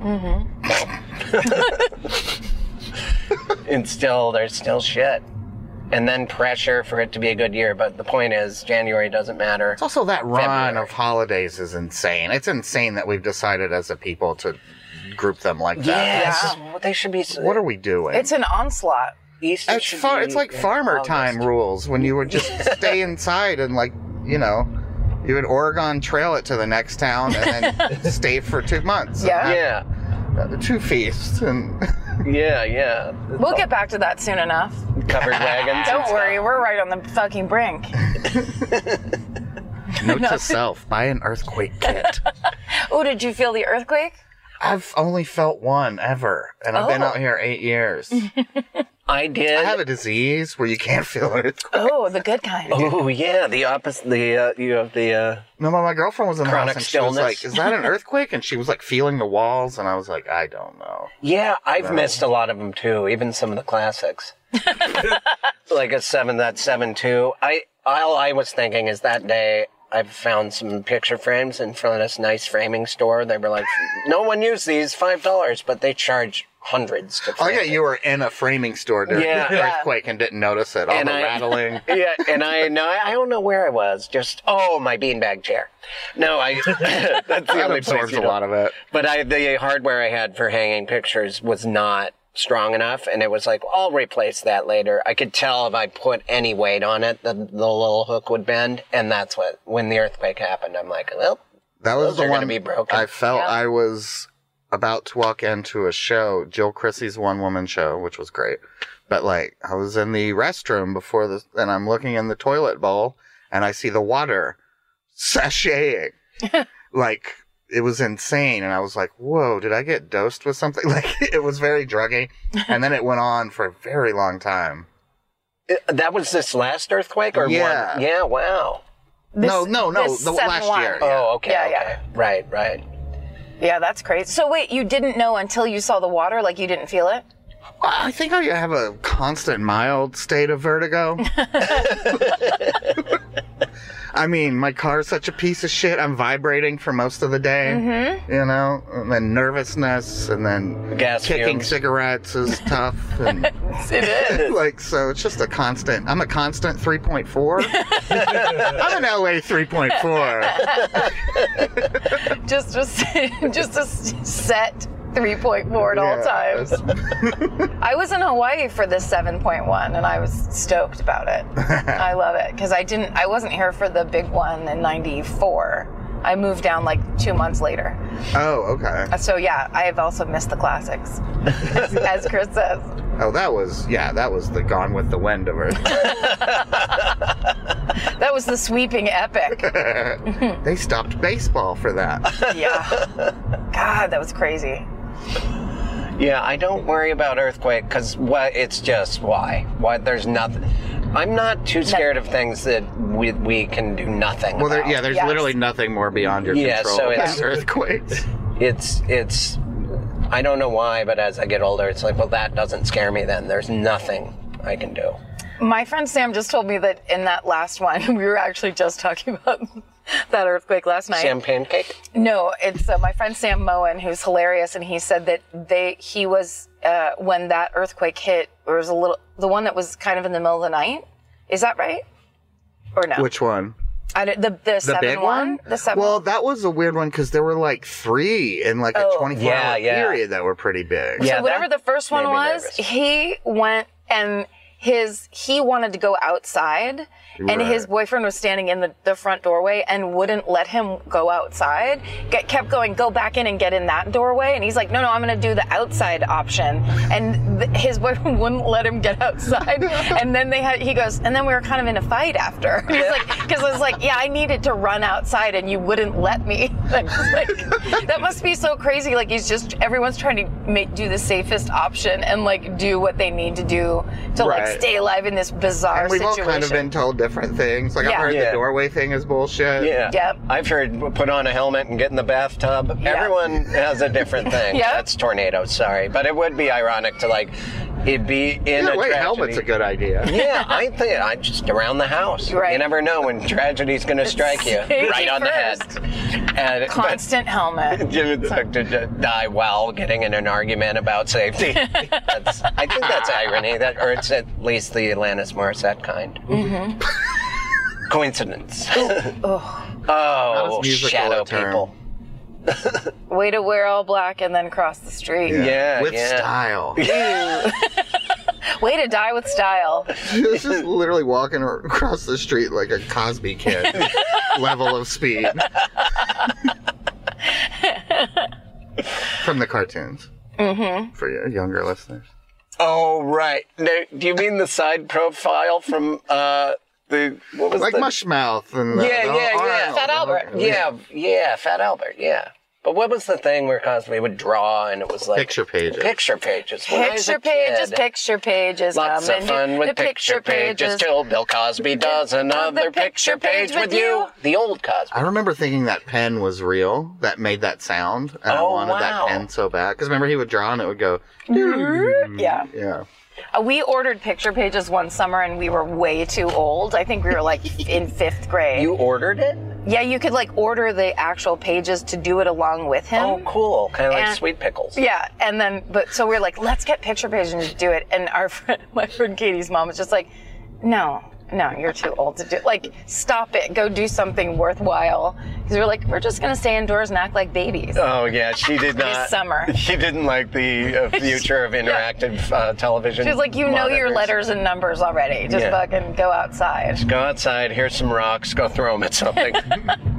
S3: Mm-hmm. and still, there's still shit. And then pressure for it to be a good year. But the point is, January doesn't matter.
S8: It's also that run
S3: February.
S8: of holidays is insane. It's insane that we've decided as a people to group them like that.
S3: Yes. They should be.
S8: What are we doing?
S4: It's an onslaught.
S3: Easter
S8: it's,
S3: should
S8: far,
S3: be
S8: it's like
S3: in
S8: farmer
S3: August.
S8: time rules when you would just stay inside and like you know you would Oregon Trail it to the next town and then stay for two months. and
S4: Yeah.
S3: Yeah,
S8: have, uh, two feasts and
S3: yeah, yeah.
S4: We'll get back to that soon enough.
S3: covered wagons. and
S4: Don't
S3: stuff.
S4: worry, we're right on the fucking brink.
S8: note to self: buy an earthquake kit.
S4: Oh, did you feel the earthquake?
S8: I've only felt one ever, and I've been
S4: Oh.
S8: out here eight years. I
S3: I did.
S8: have a disease where you can't feel an earthquake.
S4: Oh, the good kind.
S3: Oh yeah, the opposite. The uh, you have the uh,
S8: No, my, my girlfriend was in the
S3: Chronic
S8: house and she was
S3: stillness.
S8: like, "Is that an earthquake?" And she was like feeling the walls, and I was like, "I don't know."
S3: yeah. I've missed a lot of them too, even some of the classics, like a seven. That seven two. I all I was thinking is that day. I found some picture frames in front of this nice framing store. They were like, no one used these, five dollars, but they charge hundreds to
S8: Oh
S3: frame
S8: yeah,
S3: it.
S8: you were in a framing store during
S3: Yeah.
S8: the earthquake and didn't notice it. All
S3: And
S8: the
S3: I-
S8: rattling.
S3: yeah, and I no, I don't know where I was. Just oh, my beanbag chair. No, I. that's the
S8: That
S3: only place
S8: absorbs
S3: you
S8: a
S3: don't-
S8: lot of it.
S3: But I, the hardware I had for hanging pictures was not strong enough, and it was like I'll replace that later. I could tell if I put any weight on it, the, the little hook would bend, and that's what when the earthquake happened. I'm like, well,
S8: That was
S3: Those
S8: the
S3: are gonna
S8: one
S3: be broken.
S8: I felt I was about to walk into a show, Jill Chrissy's one woman show, which was great. But like, I was in the restroom before this, and I'm looking in the toilet bowl, and I see the water sashaying. like it was insane, and I was like, "Whoa, did I get dosed with something?" Like it was very druggy, and then it went on for a very long time.
S3: it- that was this last earthquake or
S8: Yeah.
S3: one? Yeah, wow.
S4: This-
S8: no, no, no,
S4: this
S8: the
S4: 7-1.
S8: last year.
S3: Oh, okay,
S4: Yeah,
S3: okay,
S4: yeah.
S3: right, right.
S4: Yeah, that's crazy. So wait, you didn't know until you saw the water, like you didn't feel it?
S8: Well, I think I have a constant mild state of vertigo. I mean, my car's such a piece of shit. I'm vibrating for most of the day,
S4: Mm-hmm.
S8: you know, and then nervousness, and then
S3: Gas
S8: kicking
S3: fumes.
S8: cigarettes is tough. And, Like, so it's just a constant. I'm a constant 3.4. I'm an LA 3.4.
S4: Just just just a s- set 3.4 at all
S8: Yeah.
S4: times. I was in Hawaii for this 7.1 and I was stoked about it. I love it cuz I didn't I wasn't here for the big one in 94. I moved down like 2 months later.
S8: Oh, okay.
S4: So yeah, I have also missed the classics. as, as Chris says.
S8: Oh, that was, yeah, that was the Gone with the Wind of Earth.
S4: That was the sweeping epic.
S8: they stopped baseball for that.
S4: Yeah. God, that was crazy.
S3: Yeah, I don't worry about earthquake because what it's just why why there's nothing. I'm not too scared of things that we, we can do nothing.
S8: Well, there,
S3: about.
S8: yeah, there's
S4: Yes.
S8: literally nothing more beyond your
S3: Yeah,
S8: control.
S3: so it's-
S8: than earthquakes.
S3: it's it's. I don't know why, but as I get older, it's like, well, that doesn't scare me. Then there's nothing I can do.
S4: My friend Sam just told me that in that last one, we were actually just talking about that earthquake last night.
S3: Sam pancake.
S4: No, it's uh, my friend Sam Moen who's hilarious, and he said that they he was uh, when that earthquake hit, or was a little the one that was kind of in the middle of the night. Is that right? Or no?
S8: Which one?
S4: I don't- the the,
S8: The
S4: seven
S8: big one?
S4: The seven.
S8: Well, that was a weird one because there were like three in like
S4: Oh.
S8: a 24
S3: Yeah,
S8: hour
S3: yeah.
S8: period that were pretty big.
S3: Yeah,
S4: so whatever
S3: that
S4: the first one
S3: made me
S4: was,
S3: nervous.
S4: he went and his he wanted to go outside and his
S8: Right.
S4: boyfriend was standing in the, the front doorway and wouldn't let him go outside get kept going go back in and get in that doorway and he's like no no i'm gonna do the outside option and th- his boyfriend wouldn't let him get outside and then they had he goes and then we were kind of in a fight after he's like because i was like yeah i needed to run outside and you wouldn't let me I'm just like that must be so crazy like he's just everyone's trying to make do the safest option and like do what they need to do to like
S8: Right.
S4: stay alive in this bizarre
S8: And we've
S4: situation
S8: all kind of been told different things. Like,
S4: Yeah.
S8: I've heard
S3: Yeah.
S8: the doorway thing is bullshit.
S3: Yeah.
S4: Yep.
S3: I've heard put on a helmet and get in the bathtub. Everyone has a different thing.
S4: Yep.
S3: That's tornadoes, sorry. But it would be ironic to like It'd be in
S8: Yeah,
S3: a
S8: wait,
S3: tragedy.
S8: helmet's a good idea.
S3: yeah, I think I just around the house.
S4: Right.
S3: You never know when tragedy's going to strike you
S4: Safety
S3: right on
S4: first.
S3: the head. And but
S4: Constant helmet.
S3: Jim took to d- die while getting in an argument about safety. that's, I think that's irony. That, or it's at least the Alanis Morissette kind. Mm-hmm.
S4: Mm-hmm.
S3: Coincidence. oh,
S8: as musical
S3: shadow
S8: a term.
S3: people.
S4: Way to wear all black and then cross the street.
S3: Yeah,
S8: With
S3: yeah.
S8: style.
S4: Way to die with style.
S8: this is literally walking ar- across the street like a Cosby kid level of speed. From the cartoons. Mm-hmm. For your younger listeners.
S3: Oh right. No, do you mean the side profile from uh the what was
S8: Like
S3: the,
S8: Mushmouth and uh,
S3: Yeah,
S8: the
S3: yeah, yeah.
S8: Arnold.
S4: Fat Albert.
S3: Yeah, yeah, Fat Albert, yeah. But what was the thing where Cosby would draw and it was like
S8: Picture pages.
S3: Picture pages. When I was a
S4: Picture pages,
S3: kid,
S4: picture pages.
S3: Lots
S4: come
S3: of
S4: and
S3: fun
S4: do
S3: with
S4: the
S3: picture pages till Bill Cosby does another picture page with you. The old Cosby.
S8: I remember thinking that pen was real that made that sound. And I
S3: Oh,
S8: wanted
S3: wow.
S8: that pen so bad. Because remember, he would draw and it would go,
S4: Yeah.
S8: yeah.
S4: Uh, We ordered picture pages one summer and we were way too old. I think we were like in fifth grade.
S3: You ordered it?
S4: yeah, you could like order the actual pages to do it along with him.
S3: Oh, cool. Kind of like
S4: And-
S3: sweet pickles.
S4: Yeah, and then but so we are like, let's get picture pages and just do it. And our friend, my friend Katie's mom was just like, no, no, you're too old to do. Like, stop it. Go do something worthwhile. Because we were like, we're just gonna stay indoors and act like babies.
S3: Oh yeah, she did not.
S4: summer.
S3: She didn't like the uh, future of interactive uh, television.
S4: She was like, you know your
S3: monitors.
S4: letters and numbers already. Just
S3: Yeah.
S4: fucking go outside.
S3: Go outside. Here's some rocks. Go throw them at something.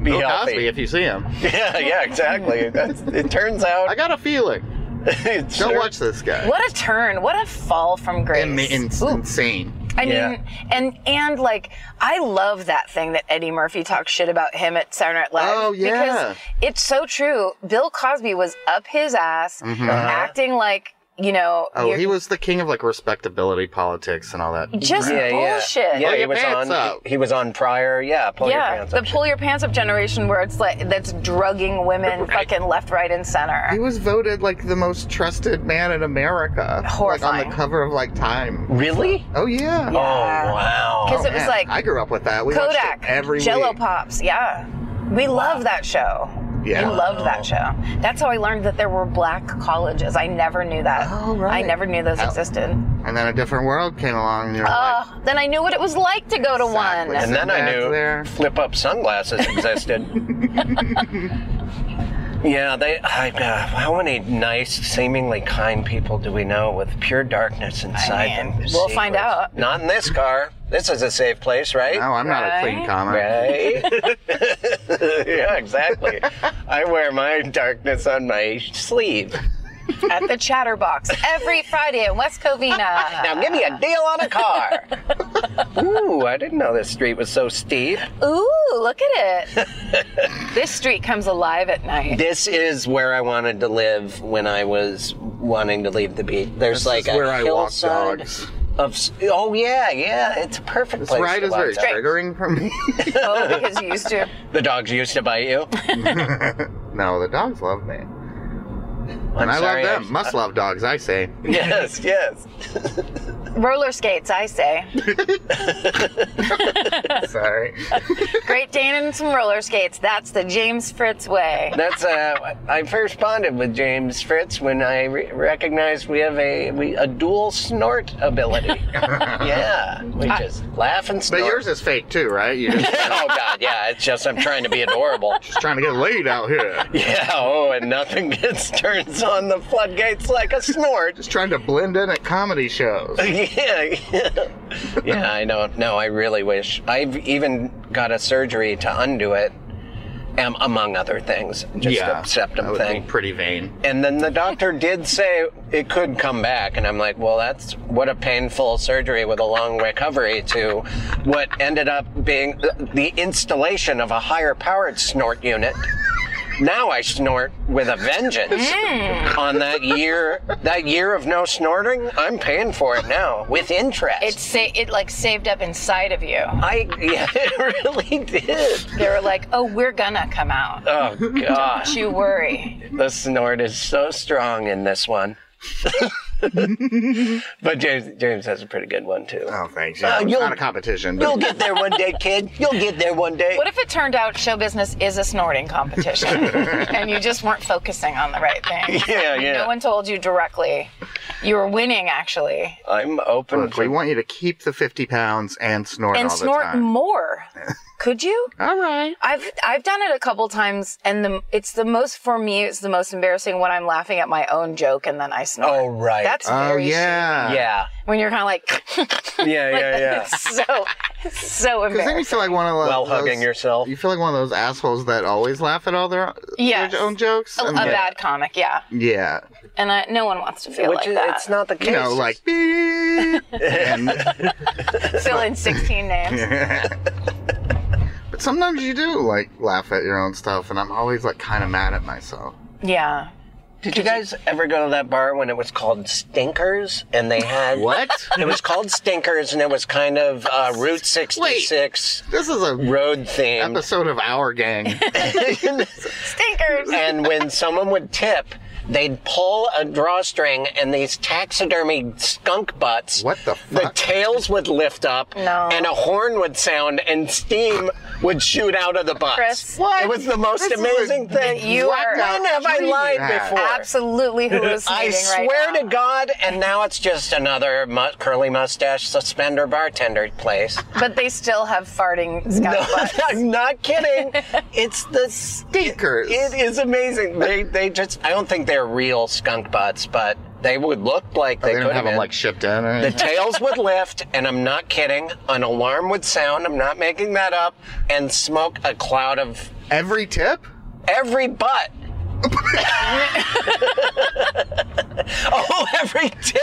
S3: Be
S8: Bill
S3: healthy.
S8: Cosby, if you see him.
S3: Yeah, yeah, exactly. That's, it turns out.
S8: I got a feeling.
S3: it
S8: Don't
S3: sure-
S8: watch this guy.
S4: What a turn! What a fall from grace!
S8: In, in, insane.
S4: I mean,
S3: Yeah.
S4: and and like I love that thing that Eddie Murphy talks shit about him at Saturday Night Live.
S8: Oh, yeah.
S4: because it's so true. Bill Cosby was up his ass, acting like you know,
S8: Oh,
S4: you're-
S8: he was the king of like respectability politics and all that.
S4: just
S3: Yeah, yeah.
S4: bullshit.
S3: Yeah,
S8: Pull
S3: he
S8: your
S3: was
S8: pants
S3: on.
S8: up.
S3: He, he was on prior. Yeah, pull your
S4: Yeah,
S3: pants
S4: the
S3: up.
S4: pull your pants up generation where it's like that's drugging women fucking left, right, and
S8: He
S4: center.
S8: was voted like the most trusted man in America. Like on
S4: Horrifying.
S8: the cover of like Time.
S3: really?
S8: Oh yeah. Oh,
S3: Oh wow.
S4: Because it was
S8: Man,
S4: like
S8: I grew up with that. We watched it
S4: Kodak,
S8: every
S4: Jello
S8: week.
S4: Pops. Yeah, we love that show.
S8: Yeah.
S4: I loved that show. That's how I learned that there were black colleges. I never knew that.
S8: Oh, right.
S4: I never knew those
S8: How-
S4: existed.
S8: And then a different world came along, and you're like,
S4: Oh, then I knew what it was like to go to
S8: Exactly.
S4: one.
S3: And then I
S8: Back
S3: knew
S8: there.
S3: flip up sunglasses existed. yeah, they. I, uh, how many nice, seemingly kind people do we know with pure darkness inside
S4: mean,
S3: them?
S4: we'll find
S3: Secrets.
S4: out.
S3: Not in this car. This is a safe place, right?
S8: "No, I'm not a
S4: Right?
S8: clean comic."
S3: Right? yeah, exactly. I wear my darkness on my sleeve.
S4: At the Chatterbox every Friday in West Covina.
S3: Now give me a deal on a car. Ooh, I didn't know this street was so steep.
S4: Ooh, look at it. this street comes alive at night.
S3: This is where I wanted to live when I was wanting to leave the beach. There's
S8: This
S3: like
S8: is where
S3: a
S8: I walk
S3: hillside
S8: dogs.
S3: of. s- Oh yeah, yeah. It's a perfect
S8: This
S3: place.
S8: ride
S3: to
S8: is
S3: walk
S8: very
S3: dogs.
S8: triggering for me.
S4: Oh, because you used to.
S3: The dogs used to bite you.
S8: no, the dogs love me, and
S3: I'm
S8: I
S3: sorry,
S8: love
S3: I-
S8: them. Must love dogs, I say.
S3: Yes, yes.
S4: Roller skates, I say.
S8: Sorry.
S4: Great Dane and some roller skates. That's the James Fritz way.
S3: That's uh, I first bonded with James Fritz when I re- recognized we have a we, a dual snort ability. yeah, we just laugh and
S8: But
S3: snort.
S8: yours is fake too, right? You're just
S3: oh God, yeah. It's just I'm trying to be adorable.
S8: trying to get laid out here.
S3: yeah. Oh, and nothing gets turns on the floodgates like a snort.
S8: Just trying to blend in at comedy shows.
S3: yeah, yeah. Yeah, I know. No, I really wish. I've even got a surgery to undo it, um, among other things. Just a septum
S8: that would
S3: thing.
S8: Be pretty vain.
S3: And then the doctor did say it could come back. And I'm like, well, that's what a painful surgery with a long recovery to what ended up being the installation of a higher powered snort unit. Now I snort with a vengeance on that year that year of no snorting. I'm paying for it now with interest.
S4: It sa- it like saved up inside of you.
S3: I yeah, it really did.
S4: They were like, "Oh, we're gonna come out.
S3: Oh gosh.
S4: Don't you worry."
S3: The snort is so strong in this one. But James James has a pretty good one too.
S8: Oh, thanks.
S3: Uh,
S8: Yeah, it's
S3: you'll-
S8: not a competition.
S3: You'll
S8: But
S3: get there one day, kid. You'll get there one day.
S4: What if it turned out show business is a snorting competition and you just weren't focusing on the right thing?
S3: Yeah, yeah.
S4: No one told you directly. You were winning, actually.
S3: I'm open.
S8: look,
S3: for-
S8: we want you to keep the 50 pounds and snort
S4: and
S8: all
S4: snort
S8: the time.
S4: more. Could you?
S8: all right.
S4: I've I've done it a couple times, and the it's the most for me. It's the most embarrassing when I'm laughing at my own joke and then I snort.
S3: oh right.
S4: That's
S8: Oh,
S4: very
S8: yeah.
S3: yeah.
S4: shitty. when you're kind of like,
S3: Yeah, yeah, yeah.
S4: it's so it's so
S8: Because then you
S4: embarrassing.
S8: feel like one of those,
S3: While hugging yourself.
S8: You feel like one of those assholes that always laugh at all their,
S4: Yes.
S8: their own jokes.
S4: A,
S3: Oh,
S4: a
S8: and then-
S4: bad comic, yeah,
S8: Yeah.
S4: and I, no one wants to feel
S3: Which
S4: like
S3: is,
S4: that.
S3: it's not the case.
S8: You know, like, beep. and,
S4: Fill in 16 names.
S8: but sometimes you do, like, laugh at your own stuff, and I'm always, like, kind of mad at myself.
S4: yeah.
S3: Did you guys ever go to that bar when it was called Stinkers and they had
S8: What?
S3: It was called Stinkers and it was kind of uh, Route 66
S8: This is a
S3: road themed.
S8: episode of Our Gang.
S4: Stinkers.
S3: and when someone would tip, they'd pull a drawstring and these taxidermy skunk butts.
S8: What the
S3: The
S8: fuck?
S3: tails would lift up
S4: No.
S3: and a horn would sound and steam would shoot out of the butts.
S4: Chris.
S8: What?
S3: It was the most
S8: This is
S3: amazing
S8: a-
S3: thing.
S4: You
S3: when
S4: are
S3: have I
S8: dream you
S3: lied
S8: had.
S3: before?
S4: Absolutely hallucinating
S3: I swear
S4: right now.
S3: to God, and now it's just another mu- curly mustache suspender bartender place.
S4: But they still have farting skunk butts.
S3: I'm not kidding. It's the
S8: Stinkers.
S3: It is amazing. They they just I don't think they're real skunk butts, but they would look like they,
S8: Oh, They
S3: could
S8: don't have them,
S3: been.
S8: like, shipped in or
S3: the
S8: anything.
S3: tails would lift, and I'm not kidding. An alarm would sound. I'm not making that up. And smoke a cloud of
S8: Every tip?
S3: every butt. oh, every tip.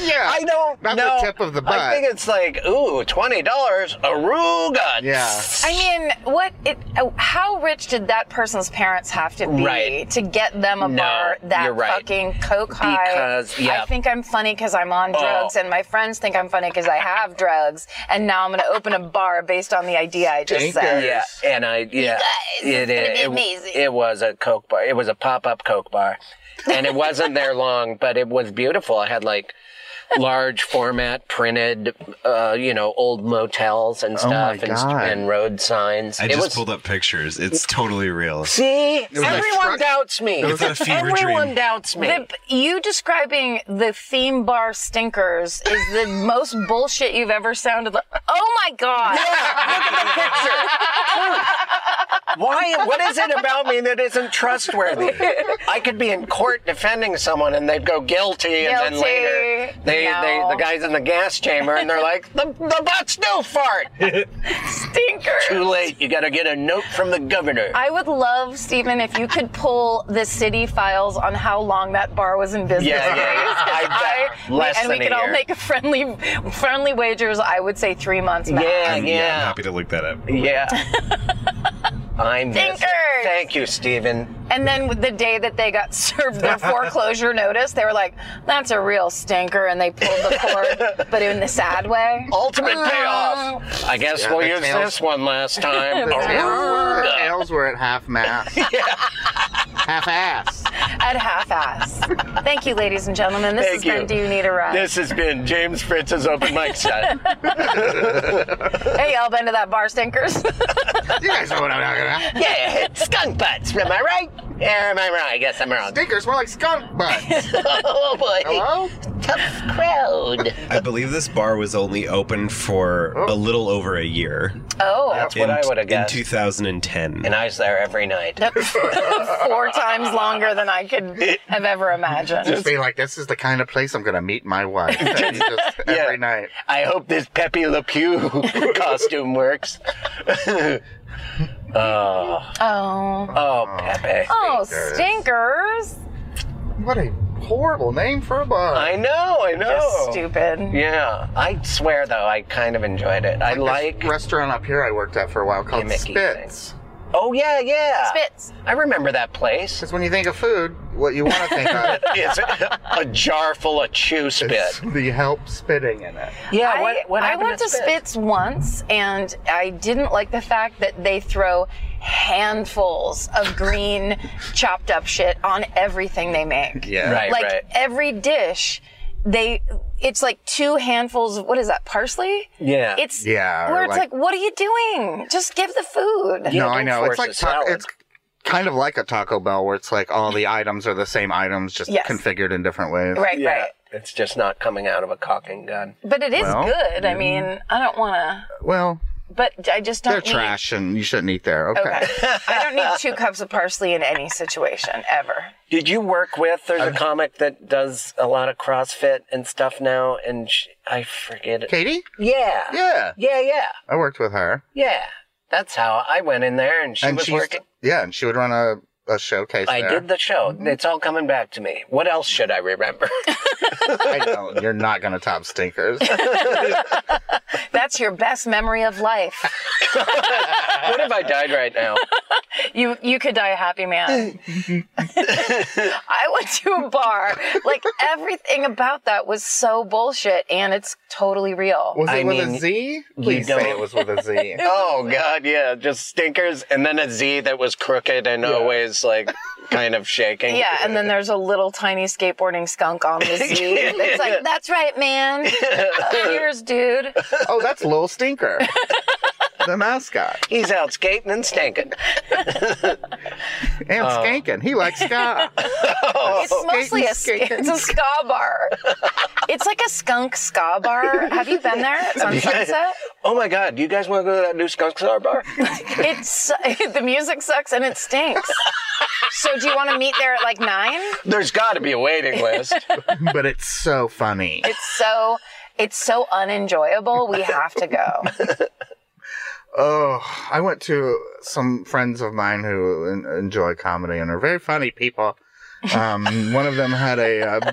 S8: Yeah.
S3: I don't
S8: Not
S3: know.
S8: the tip of the butt.
S3: I think it's like, ooh, $20, Aruga.
S8: Yeah.
S4: I mean, what it? oh, How rich did that person's parents have to be
S3: Right.
S4: to get them a
S3: No,
S4: bar that
S3: you're right.
S4: fucking coke high?
S3: Because- yeah. Oh.
S4: I think I'm funny because I'm on drugs, and my friends think I'm funny because I have drugs, and now I'm going to open a bar based on the idea I just said.
S3: Yeah, and I yeah, it, it, it,
S4: amazing.
S3: it was a Coke bar. It was a pop up Coke bar, and it wasn't there long, but it was beautiful. It had like large format printed, uh, you know, old motels and
S8: Oh my
S3: stuff, and,
S8: God.
S3: and road signs.
S1: I
S3: it
S1: just
S3: was
S1: pulled up pictures. It's totally real.
S3: see, everyone
S8: truck-
S3: doubts me.
S1: was a fever dream.
S3: everyone doubts me.
S4: The, you describing the theme bar stinkers is the most bullshit you've ever sounded like. Oh my god!
S3: Look at the picture. Why? What is it about me that isn't trustworthy? I could be in court defending someone, and they'd go guilty, and then
S4: Guilty.
S3: later they,
S4: No.
S3: they the guys in the gas chamber, and they're like, the the butts do fart.
S4: Stinkers.
S3: Too late. You got to get a note from the governor.
S4: I would love, Stephen, if you could pull the city files on how long that bar was in business.
S3: Yeah, yeah,
S4: please,
S3: yeah.
S4: 'cause
S3: I bet.
S4: I-
S3: Less
S4: and we
S3: than a
S4: could all
S3: year.
S4: make a friendly, friendly wagers. I would say three months. Max.
S3: yeah,
S1: I'm
S3: yeah,
S1: happy to look that up.
S3: yeah. I'm
S4: Thinkers.
S3: Thank you, Stephen.
S4: And then with the day that they got served their foreclosure notice, they were like, "That's a real stinker," and they pulled the cord, but in the sad way.
S3: Ultimate payoff. I guess
S8: Yeah,
S3: we'll
S8: the
S3: use
S8: tails-
S3: this one last time.
S8: The tails were at half mass. Half ass.
S4: At half-ass. Thank you, ladies and gentlemen. This
S3: Thank
S4: has been
S3: you.
S4: Do You Need a Ride?
S3: This has been James Fritz's open mic set.
S4: Hey, y'all been to that bar, stinkers?
S8: You guys know what I'm talking about.
S3: yeah, skunk butts. Am I right? Yeah, am I wrong? I guess I'm wrong.
S8: Stinkers, more like skunk butts.
S3: oh boy,
S8: Hello?
S3: tough crowd.
S1: I believe this bar was only open for a little over a year.
S4: oh,
S3: That's what I would have
S1: in
S3: guessed.
S1: 2010.
S3: and I was there every night.
S4: four times longer than I could have ever imagined.
S8: Just be like, this is the kind of place I'm going to meet my wife. It's just every night.
S3: I hope this Pepe Le Pew costume works. oh,
S4: Oh.
S3: oh, Pepe.
S4: Oh, stinkers.
S8: What a horrible name for a bar.
S3: I know, I know.
S4: Just stupid.
S3: Yeah, I swear though, I kind of enjoyed it. I like.
S8: this restaurant up here I worked at for a while called
S3: Gimmicky
S8: Spitz.
S3: Oh yeah, yeah.
S4: Spits.
S3: I remember that place.
S8: Because when you think of food, what you want to think of
S3: It's a, a jar full of chew spit.
S8: is the help spitting in it.
S3: Yeah,
S4: I,
S3: what, what
S4: I
S3: happened
S4: went to Spitz? once and I didn't like the fact that they throw handfuls of green chopped up shit on everything they make.
S8: Yeah.
S3: Right,
S4: Like
S3: right.
S4: every dish they it's like two handfuls of what is that parsley?
S3: Yeah.
S4: It's
S8: Yeah, or
S4: Where it's like,
S8: like-
S4: what are you doing? Just give the food.
S3: Yeah,
S8: no, I
S3: don't
S8: know. It's
S3: force
S8: like
S3: a
S8: ta-
S3: salad.
S8: it's kind of like a Taco Bell where it's like all the items are the same items, just
S4: Yes.
S8: configured in different ways.
S4: Right,
S3: yeah.
S4: right.
S3: It's just not coming out of a cocking gun.
S4: But it is
S8: Well,
S4: good. I mean, I don't want to.
S8: Well,
S4: But I just don't.
S8: they're
S4: need,
S8: trash, and you shouldn't eat there. Okay.
S4: Okay. I don't need two cups of parsley in any situation ever.
S3: Did you work with? There's a comic that does a lot of CrossFit and stuff now, and sh I forget it.
S8: Katie?
S3: Yeah.
S8: Yeah,
S3: Yeah. Yeah.
S8: I worked with her,
S3: Yeah. That's how I went in there, and she
S8: and
S3: was
S8: she used to-
S3: working.
S8: yeah, and she would run a, a showcase.
S3: I
S8: there. Mm-hmm.
S3: did the show. It's all coming back to me. What else should I remember?
S8: I know you're not gonna top stinkers.
S4: That's your best memory of life.
S3: what if I died right now?
S4: You you could die a happy man. I went to a bar. Like everything about that was so bullshit, and it's totally real.
S8: Was it
S3: I
S8: with
S3: mean,
S8: a Z? Please
S3: don't-
S8: say it was with a Z.
S3: Oh God, yeah, just stinkers, and then a Z that was crooked and always like kind of shaking.
S4: Yeah, and then there's a little tiny skateboarding skunk on the Z. It's like, that's right, man. Cheers, dude.
S8: oh, that's Lil Stinker, the mascot,
S3: he's out skating and stinking.
S8: and
S3: Oh.
S8: Skankin. He likes ska.
S4: It's mostly a,
S8: skating,
S4: it's a ska bar. It's like a skunk ska bar. Have you been there? It's on Sunset.
S3: Oh my God, do you guys want to go to that new skunk star bar?
S4: It's the music sucks and it stinks. So do you want to meet there at like nine?
S3: There's got to be a waiting list.
S8: but it's so funny.
S4: It's so it's so unenjoyable. We have to go.
S8: Oh, I went to some friends of mine who en- enjoy comedy and are very funny people. Um, one of them had a. Uh,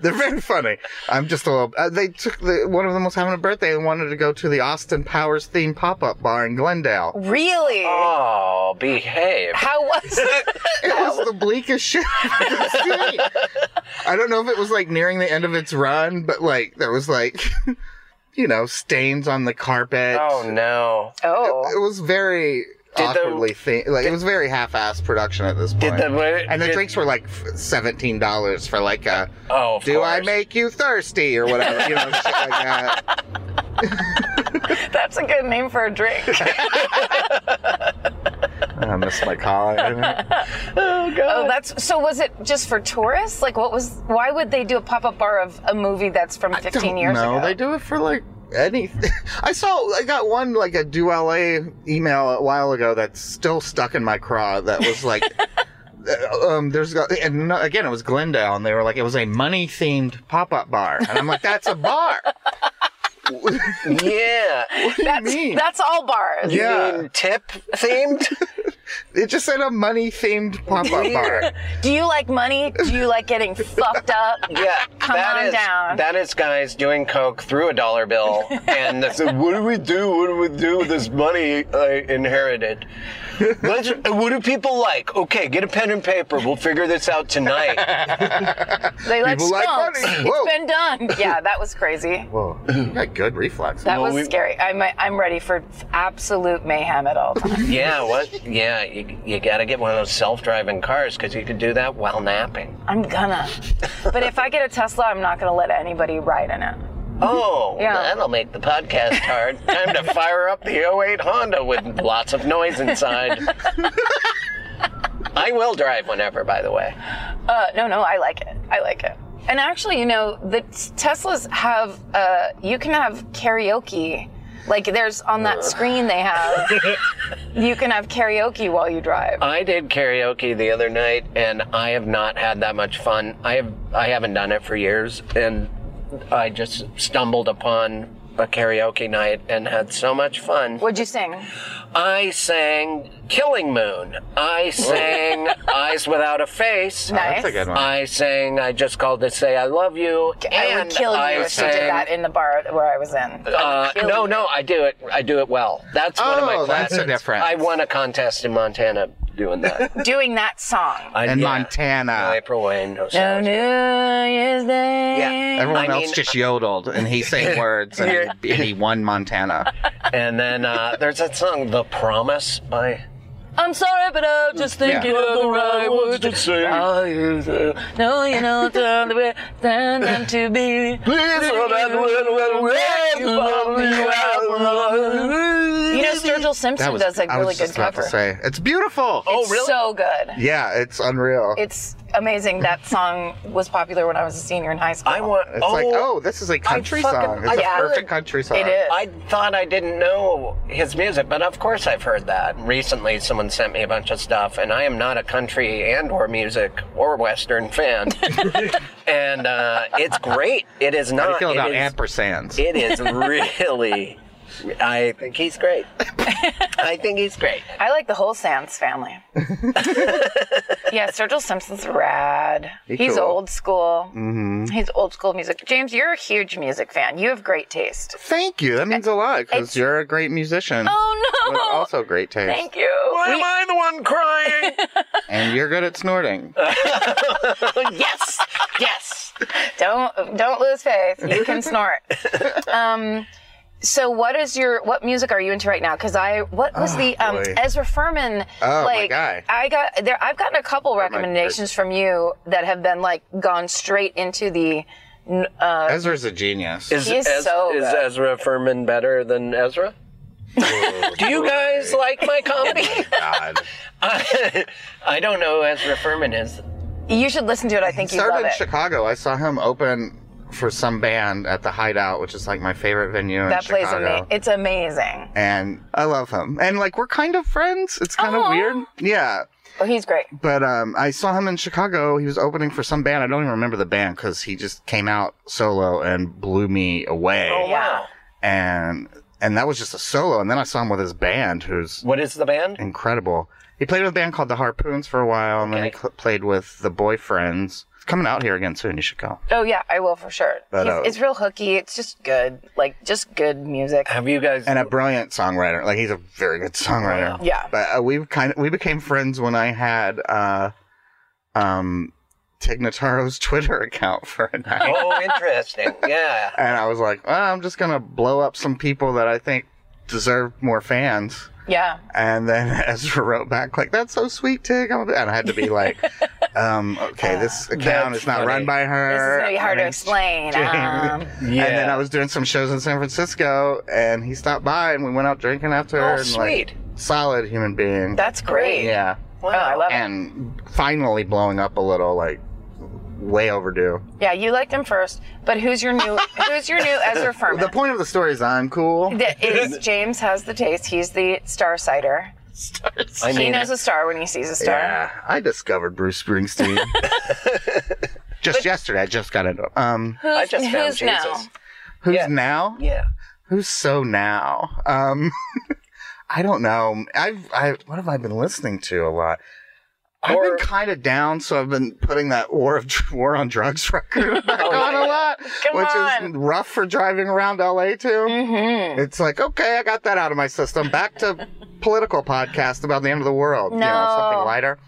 S8: they're very funny. I'm just a little. Uh, they took the one of them was having a birthday and wanted to go to the Austin Powers themed pop up bar in Glendale.
S4: Really?
S3: oh, behave.
S4: How was it?
S8: It was the bleakest shit I could see. I don't know if it was like nearing the end of its run, but like there was like, you know, stains on the carpet.
S3: Oh no.
S4: Oh.
S8: It was very
S3: Did the-
S8: awkwardly thi- like it was very half-assed production at this point.
S3: Did the
S8: and the
S3: did-
S8: drinks were like f- seventeen dollars for like a
S3: Oh, of
S8: "Do I
S3: course.
S8: make you thirsty?" or whatever, you know, shit like that.
S4: That's a good name for a drink.
S8: I miss my collar.
S4: Oh, that's so. Was it just for tourists? Like, what was? Why would they do a pop up bar of a movie that's from 15 years
S8: no,
S4: ago?
S8: they do it for like anything. I saw I got one like a do LA email a while ago that's still stuck in my craw. That was like. uh, Um, there's got- and no- again it was Glendale and they were like it was a money themed pop up bar and I'm like that's a bar
S3: Yeah.
S4: that's,
S8: mean?
S4: that's all bars.
S8: Yeah.
S3: You mean tip themed?
S8: It just said a money themed pop up bar.
S4: Do you like money? Do you like getting fucked up?
S3: Yeah,
S4: Come
S3: that
S4: on
S3: is-
S4: down.
S3: That is guys doing coke through a dollar bill, and they said, "What do we do? What do we do with this money I inherited? Let's, what do people like? Okay, get a pen and paper. We'll figure this out tonight."
S4: They like
S8: People like
S4: skunks.
S8: money. Whoa.
S4: it's been done. Yeah, that was crazy.
S8: Whoa, you got good reflex.
S4: That
S3: Well,
S4: was
S3: we-
S4: scary. I'm I'm ready for absolute mayhem at all times.
S3: yeah, what? Yeah, you, you got to get one of those self-driving cars because you could do that while napping.
S4: I'm gonna. But if I get a Tesla, I'm not gonna let anybody ride in it.
S3: Oh,
S4: Yeah.
S3: that'll make the podcast hard. Time to fire up the 08 Honda with lots of noise inside. I will drive whenever, by the way.
S4: Uh, no, no, I like it. I like it. And actually, you know, the t- Teslas have, uh, you can have karaoke. Like, there's on
S8: Uh.
S4: that screen they have, you can have karaoke while you drive.
S3: I did karaoke the other night, and I have not had that much fun. I have I haven't done it for years, and I just stumbled upon a karaoke night and had so much fun.
S4: What'd you sing?
S3: I sang "Killing Moon." I sang "Eyes Without a Face."
S4: Nice.
S8: That's a good one.
S3: I sang "I Just Called to Say I Love You,"
S4: I would
S3: and
S4: kill you
S3: I
S4: if
S3: sang.
S4: you did that in the bar where I was in.
S3: uh,
S4: kill
S3: no,
S4: you.
S3: no, I do it. I do it well. That's one of my
S8: Oh, that's
S3: classes.
S8: a difference.
S3: I won a contest in Montana doing that.
S4: Doing that song.
S3: I,
S8: And
S3: yeah.
S8: Montana.
S3: April Wayne. No,
S4: No
S3: sounds.
S4: New Year's Day.
S3: Yeah.
S8: Everyone
S3: I
S8: else
S3: mean-
S8: just yodeled, and he sang words, and he won Montana.
S3: And then uh, there's that song, The Promise by
S4: I'm sorry, but I'm just thinking of the right words to say. Are you the- No, you know, the way than them to be. You know, Sturgill Simpson does like
S8: I was
S4: really good
S8: just about
S4: cover.
S8: to say it's beautiful.
S3: Oh,
S4: It's
S3: really?
S4: So good.
S8: Yeah, it's unreal.
S4: It's amazing. That song was popular when I was a senior in high school.
S3: I want.
S8: It's
S3: oh,
S8: like, oh, this is a country
S3: fucking-
S8: song. It's a
S4: yeah.
S8: perfect country song.
S4: It is.
S3: I thought I didn't know his music, but of course I've heard that. Recently, someone sent me a bunch of stuff, and I am not a country and/or music or Western fan, and uh, it's great. It is not.
S8: How do
S4: Oh,
S8: you feel about
S3: it, is,
S8: ampersands?
S3: it is really. I think he's great. I think he's great.
S4: I like the whole Sands family. yeah, Sturgill Simpson's rad.
S8: He
S4: He's
S8: cool.
S4: old school. Mm-hmm. He's old school music. James, you're a huge music fan. You have great taste.
S8: Thank you. That means a lot because
S4: It's-
S8: you're a great musician
S4: Oh
S8: with
S4: no!
S8: also great taste,
S4: Thank you.
S3: Why am
S4: We-
S3: I the one crying?
S8: and you're good at snorting.
S4: Oh,
S3: yes, yes.
S4: don't don't lose faith. You can snort. Um, so what is your what music are you into right now? Because I what was the um,
S8: Oh, boy.
S4: Ezra Furman?
S8: Oh, my
S4: like,
S8: guy.
S4: I got there. I've gotten a couple recommendations from you that have been like gone straight into the. n- Uh,
S8: Ezra's a genius.
S3: Is,
S4: He's
S3: Ez-
S4: so
S3: is
S4: good.
S3: Ezra Furman better than Ezra? Do you guys like my comedy?
S1: God.
S3: I, I don't know who Ezra Furman is.
S4: you should listen to it. I think you
S8: started
S4: love
S8: in
S4: it.
S8: Chicago. I saw him open for some band at the Hideout, which is like my favorite venue in
S4: that plays
S8: Chicago.
S4: amazing. It's amazing.
S8: and I love him. And like we're kind of friends. It's kind
S4: Aw.
S8: of weird. Yeah.
S4: Oh, he's great.
S8: But um I saw him in Chicago. He was opening for some band. I don't even remember the band cuz he just came out solo and blew me away.
S3: Oh
S4: Yeah.
S3: wow!
S8: And and that was just a solo and then I saw him with his band who's
S3: What is the band?
S8: incredible. He played with a band called the Harpoons for a while and then he
S3: Okay.
S8: cl- played with the Boyfriends. It's coming out here again soon, you should go.
S4: Oh yeah, I will for sure.
S8: But,
S4: He's-
S8: uh,
S4: it's real hooky. It's just good, like just good music.
S3: Have you guys?
S8: and a brilliant songwriter. Like he's a very good songwriter.
S4: Yeah.
S8: But uh, we kind of we became friends when I had uh, um, Tignataro's Twitter account for a night,
S3: oh, interesting. Yeah.
S8: and I was like, well, I'm just gonna blow up some people that I think deserve more fans.
S4: Yeah.
S8: And then Ezra wrote back like, "That's so sweet, Tig," I'm a bit-" and I had to be like, um, "Okay, this account
S3: that's
S8: is not
S3: funny.
S8: run by
S4: Uh,
S8: her."
S4: This is gonna be hard
S8: Her
S4: to
S8: name's
S4: explain. Um,
S3: Yeah.
S8: And then I was doing some shows in San Francisco, and he stopped by, and we went out drinking after.
S3: Oh,
S8: and,
S3: sweet.
S8: Like, solid human being.
S4: that's great.
S8: yeah.
S4: Oh, I love it.
S8: And finally blowing up a little, like way overdue.
S4: Yeah, you liked him first, but who's your new who's your new Ezra Furman?
S8: The point of the story is I'm cool.
S4: That is James has the taste. He's the star sighter.
S3: I
S4: He
S3: mean,
S4: knows a star when he sees a star.
S8: Yeah, I discovered Bruce Springsteen. just yesterday, I just got into. it. Um,
S4: Who's,
S3: I just found
S4: who's
S3: Jesus.
S4: now?
S8: who's
S3: Yeah.
S8: now?
S3: Yeah.
S8: Who's so now? Um, I don't know. I've I what have I been listening to a lot. I've
S3: Or-
S8: been kind of down, so I've been putting that war of war on drugs record back
S3: yeah.
S8: on a lot,
S4: Oh, Come
S8: which is
S4: on.
S8: rough for driving around LA too.
S4: Mm-hmm.
S8: It's like, okay, I got that out of my system. Back to political podcast about the end of the world. You know,
S4: No.
S8: something lighter.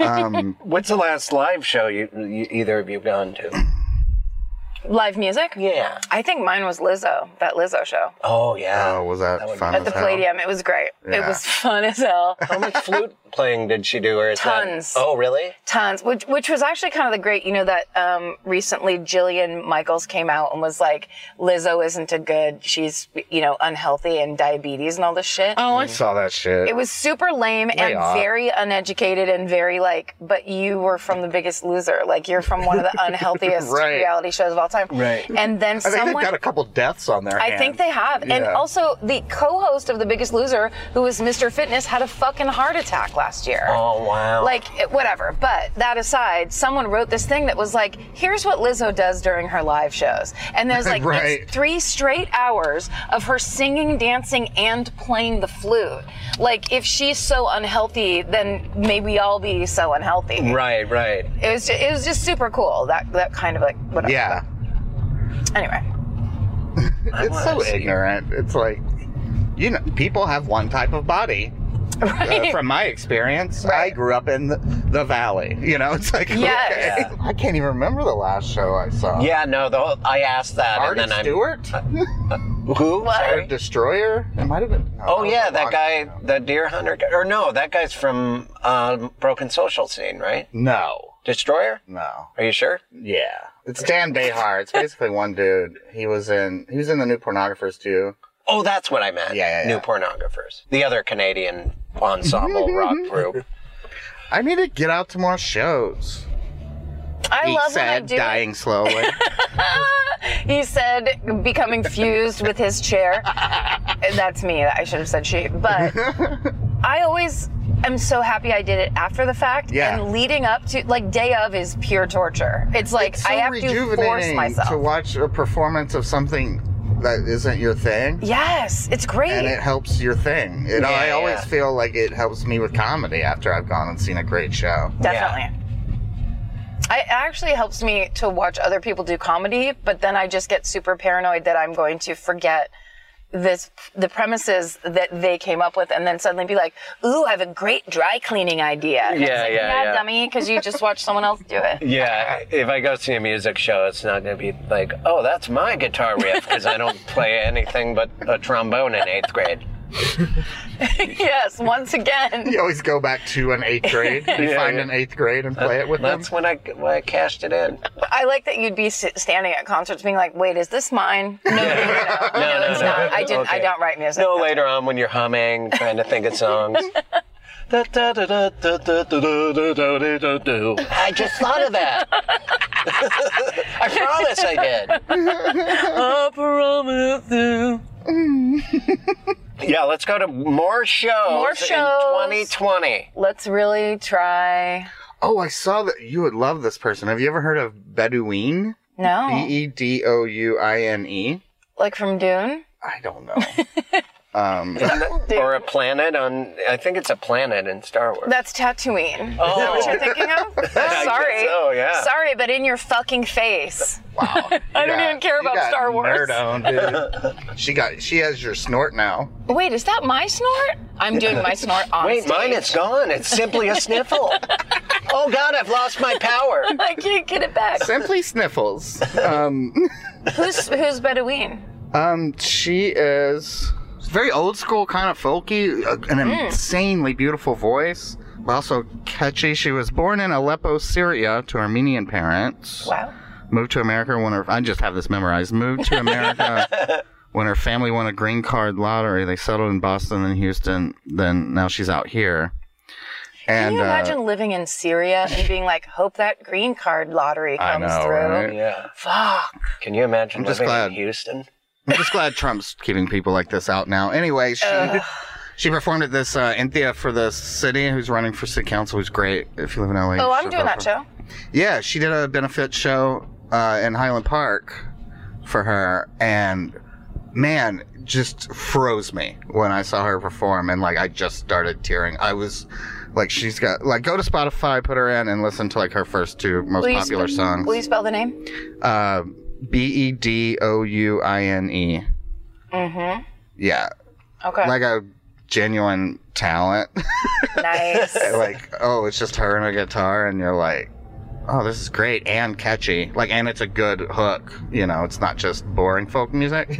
S8: Um,
S3: What's the last live show you, you either of you gone to?
S4: Live music?
S3: Yeah.
S4: I think mine was Lizzo, that Lizzo show
S3: Oh yeah.
S8: oh, was that,
S3: That would
S8: fun?
S4: at the
S8: as hell?
S4: Palladium. It was great. It
S8: Yeah.
S4: was fun as hell.
S3: How much flute playing did she do, or is
S4: Tons.
S3: that? Oh really?
S4: Tons, which which was actually kind of the great, you know, that um, recently Jillian Michaels came out and was like, Lizzo isn't a good, she's you know unhealthy and diabetes and all this shit.
S8: Oh, I saw that shit.
S4: It was super lame and
S8: off.
S4: very uneducated and very like, but you were from The Biggest Loser, like you're from one of the unhealthiest
S8: Right.
S4: reality shows of all time.
S3: Right.
S4: And then
S8: I think
S4: someone.
S8: they've got a couple deaths on their
S4: I
S8: hands.
S4: think they have. And
S8: Yeah.
S4: also, the co host of The Biggest Loser, who was Mr. Fitness, had a fucking heart attack last year
S3: Oh wow.
S4: like it- whatever but that aside someone wrote this thing that was like here's what lizzo does during her live shows and there's like
S8: Right.
S4: it's three straight hours of her singing dancing and playing the flute like if she's so unhealthy then may we all be so unhealthy
S3: right, right.
S4: it was just, it was just super cool that that kind of like whatever
S8: Yeah.
S4: anyway
S8: It's so ignorant. It's like, you know, people have one type of body. Uh, from my experience, I
S4: Right.
S8: grew up in the, the valley. You know, it's like,
S4: Yes.
S8: okay. I can't even remember the last show I saw.
S3: Yeah, no. The whole, I asked that,
S8: Artie
S4: uh,
S3: and then I'm.
S8: Stewart?
S3: Who?
S8: Or Destroyer? It might have been. no,
S3: Oh
S8: was
S3: yeah,
S8: a long-
S3: that guy, the deer hunter guy. Or no, that guy's from um, Broken Social Scene, right?
S8: No,
S3: Destroyer.
S8: no.
S3: Are you sure?
S8: Yeah, it's Dan Behar. It's basically one dude. He was in. He was in the New Pornographers too.
S3: Oh, that's what I meant.
S8: Yeah, yeah,
S3: New
S8: yeah.
S3: pornographers. The other Canadian ensemble rock group.
S8: I need to get out to more shows.
S4: I
S8: he
S4: love when I
S8: said,
S4: do.
S8: dying slowly.
S4: He said, becoming fused with his chair. And That's me. I should have said she. But I always am so happy I did it after the fact.
S8: Yeah.
S4: And leading up to, like, day of is pure torture. It's like
S8: It's so
S4: I have to force
S8: rejuvenating
S4: myself.
S8: to watch a performance of something that isn't your thing.
S4: yes, it's great.
S8: And it helps your thing. You know,
S3: Yeah,
S8: I always
S3: yeah.
S8: feel like it helps me with comedy after I've gone and seen a great show.
S4: Definitely. I, it actually helps me to watch other people do comedy, but then I just get super paranoid that I'm going to forget this the premises that they came up with and then suddenly be like, ooh, I have a great dry cleaning idea. And it's
S3: Yeah,
S4: like,
S3: yeah, yeah.
S4: dummy, because you just watched someone else do it.
S3: Yeah, if I go see a music show, it's not going to be like, oh, that's my guitar riff because I don't play anything but a trombone in eighth grade.
S4: yes, once again.
S8: You always go back to an eighth grade. You
S3: Yeah,
S8: find
S3: yeah.
S8: an eighth grade and play it with them.
S3: That's when I when I cashed it in.
S4: I like that you'd be s- standing at concerts being like, wait, is this mine? No, no, no, no,
S3: No, no,
S4: it's
S3: no.
S4: not. I didn't. I
S3: Okay.
S4: don't write music.
S3: No, later on when you're humming, trying to think of songs. I just thought of that. I promise I did. I promise you. yeah, let's go to more shows,
S4: More shows.
S3: in 2020.
S4: Let's really try.
S8: oh, I saw that you would love this person. Have you ever heard of Bedouin?
S4: No.
S8: B E D O U I N E?
S4: like from Dune?
S8: I don't know. um,
S3: Or a planet on, I think it's a planet in Star Wars.
S4: That's Tatooine. Is that
S3: Oh.
S4: what you're thinking of?
S3: I guess
S4: Sorry.
S3: so, yeah.
S4: Sorry, but in your fucking face.
S8: wow.
S4: I don't even care about Star Wars.
S8: Nerd on, dude. she got. She has your snort now.
S4: Wait, is that my snort? I'm doing my snort on
S3: Wait,
S4: stage.
S3: mine is gone. It's simply a sniffle. oh, God, I've lost my power.
S4: I can't get it back.
S8: Simply sniffles. Um,
S4: Who's who's Bedouin?
S8: um, she is very old school, kind of folky, uh, an
S4: Hmm.
S8: insanely beautiful voice, but also catchy. She was born in Aleppo, Syria, to Armenian parents.
S4: Wow.
S8: Moved to America when her I just have this memorized. Moved to America when her family won a green card lottery. They settled in Boston and Houston. Then now she's out here.
S4: Can
S8: And
S4: you
S8: uh,
S4: imagine living in Syria and being like, hope that green card lottery
S8: I
S4: comes
S8: know,
S4: through?
S8: right?
S3: Yeah.
S4: Fuck.
S3: Can you imagine
S8: I'm just
S3: living
S8: glad.
S3: in Houston?
S8: I'm just glad Trump's keeping people like this out now. Anyway, she she performed at this uh, Anthea for the city, who's running for city council, who's great. If you live in
S4: Oh,
S8: LA, you
S4: I'm
S8: should
S4: doing
S8: vote
S4: that show.
S8: for- Yeah, she did a benefit show uh, in Highland Park for her, and man, just froze me when I saw her perform, and like I just started tearing. I was like, she's got like go to Spotify, put her in, and listen to like her first two most
S4: Will you
S8: popular
S4: sp-
S8: songs.
S4: Will you spell the name?
S8: Uh, B E D O U I N E.
S4: Mm-hmm.
S8: Yeah,
S4: Okay.
S8: like a genuine talent.
S4: nice.
S8: like, oh, it's just her and a guitar, and you're like, oh, this is great and catchy. Like, and it's a good hook. You know, it's not just boring folk music.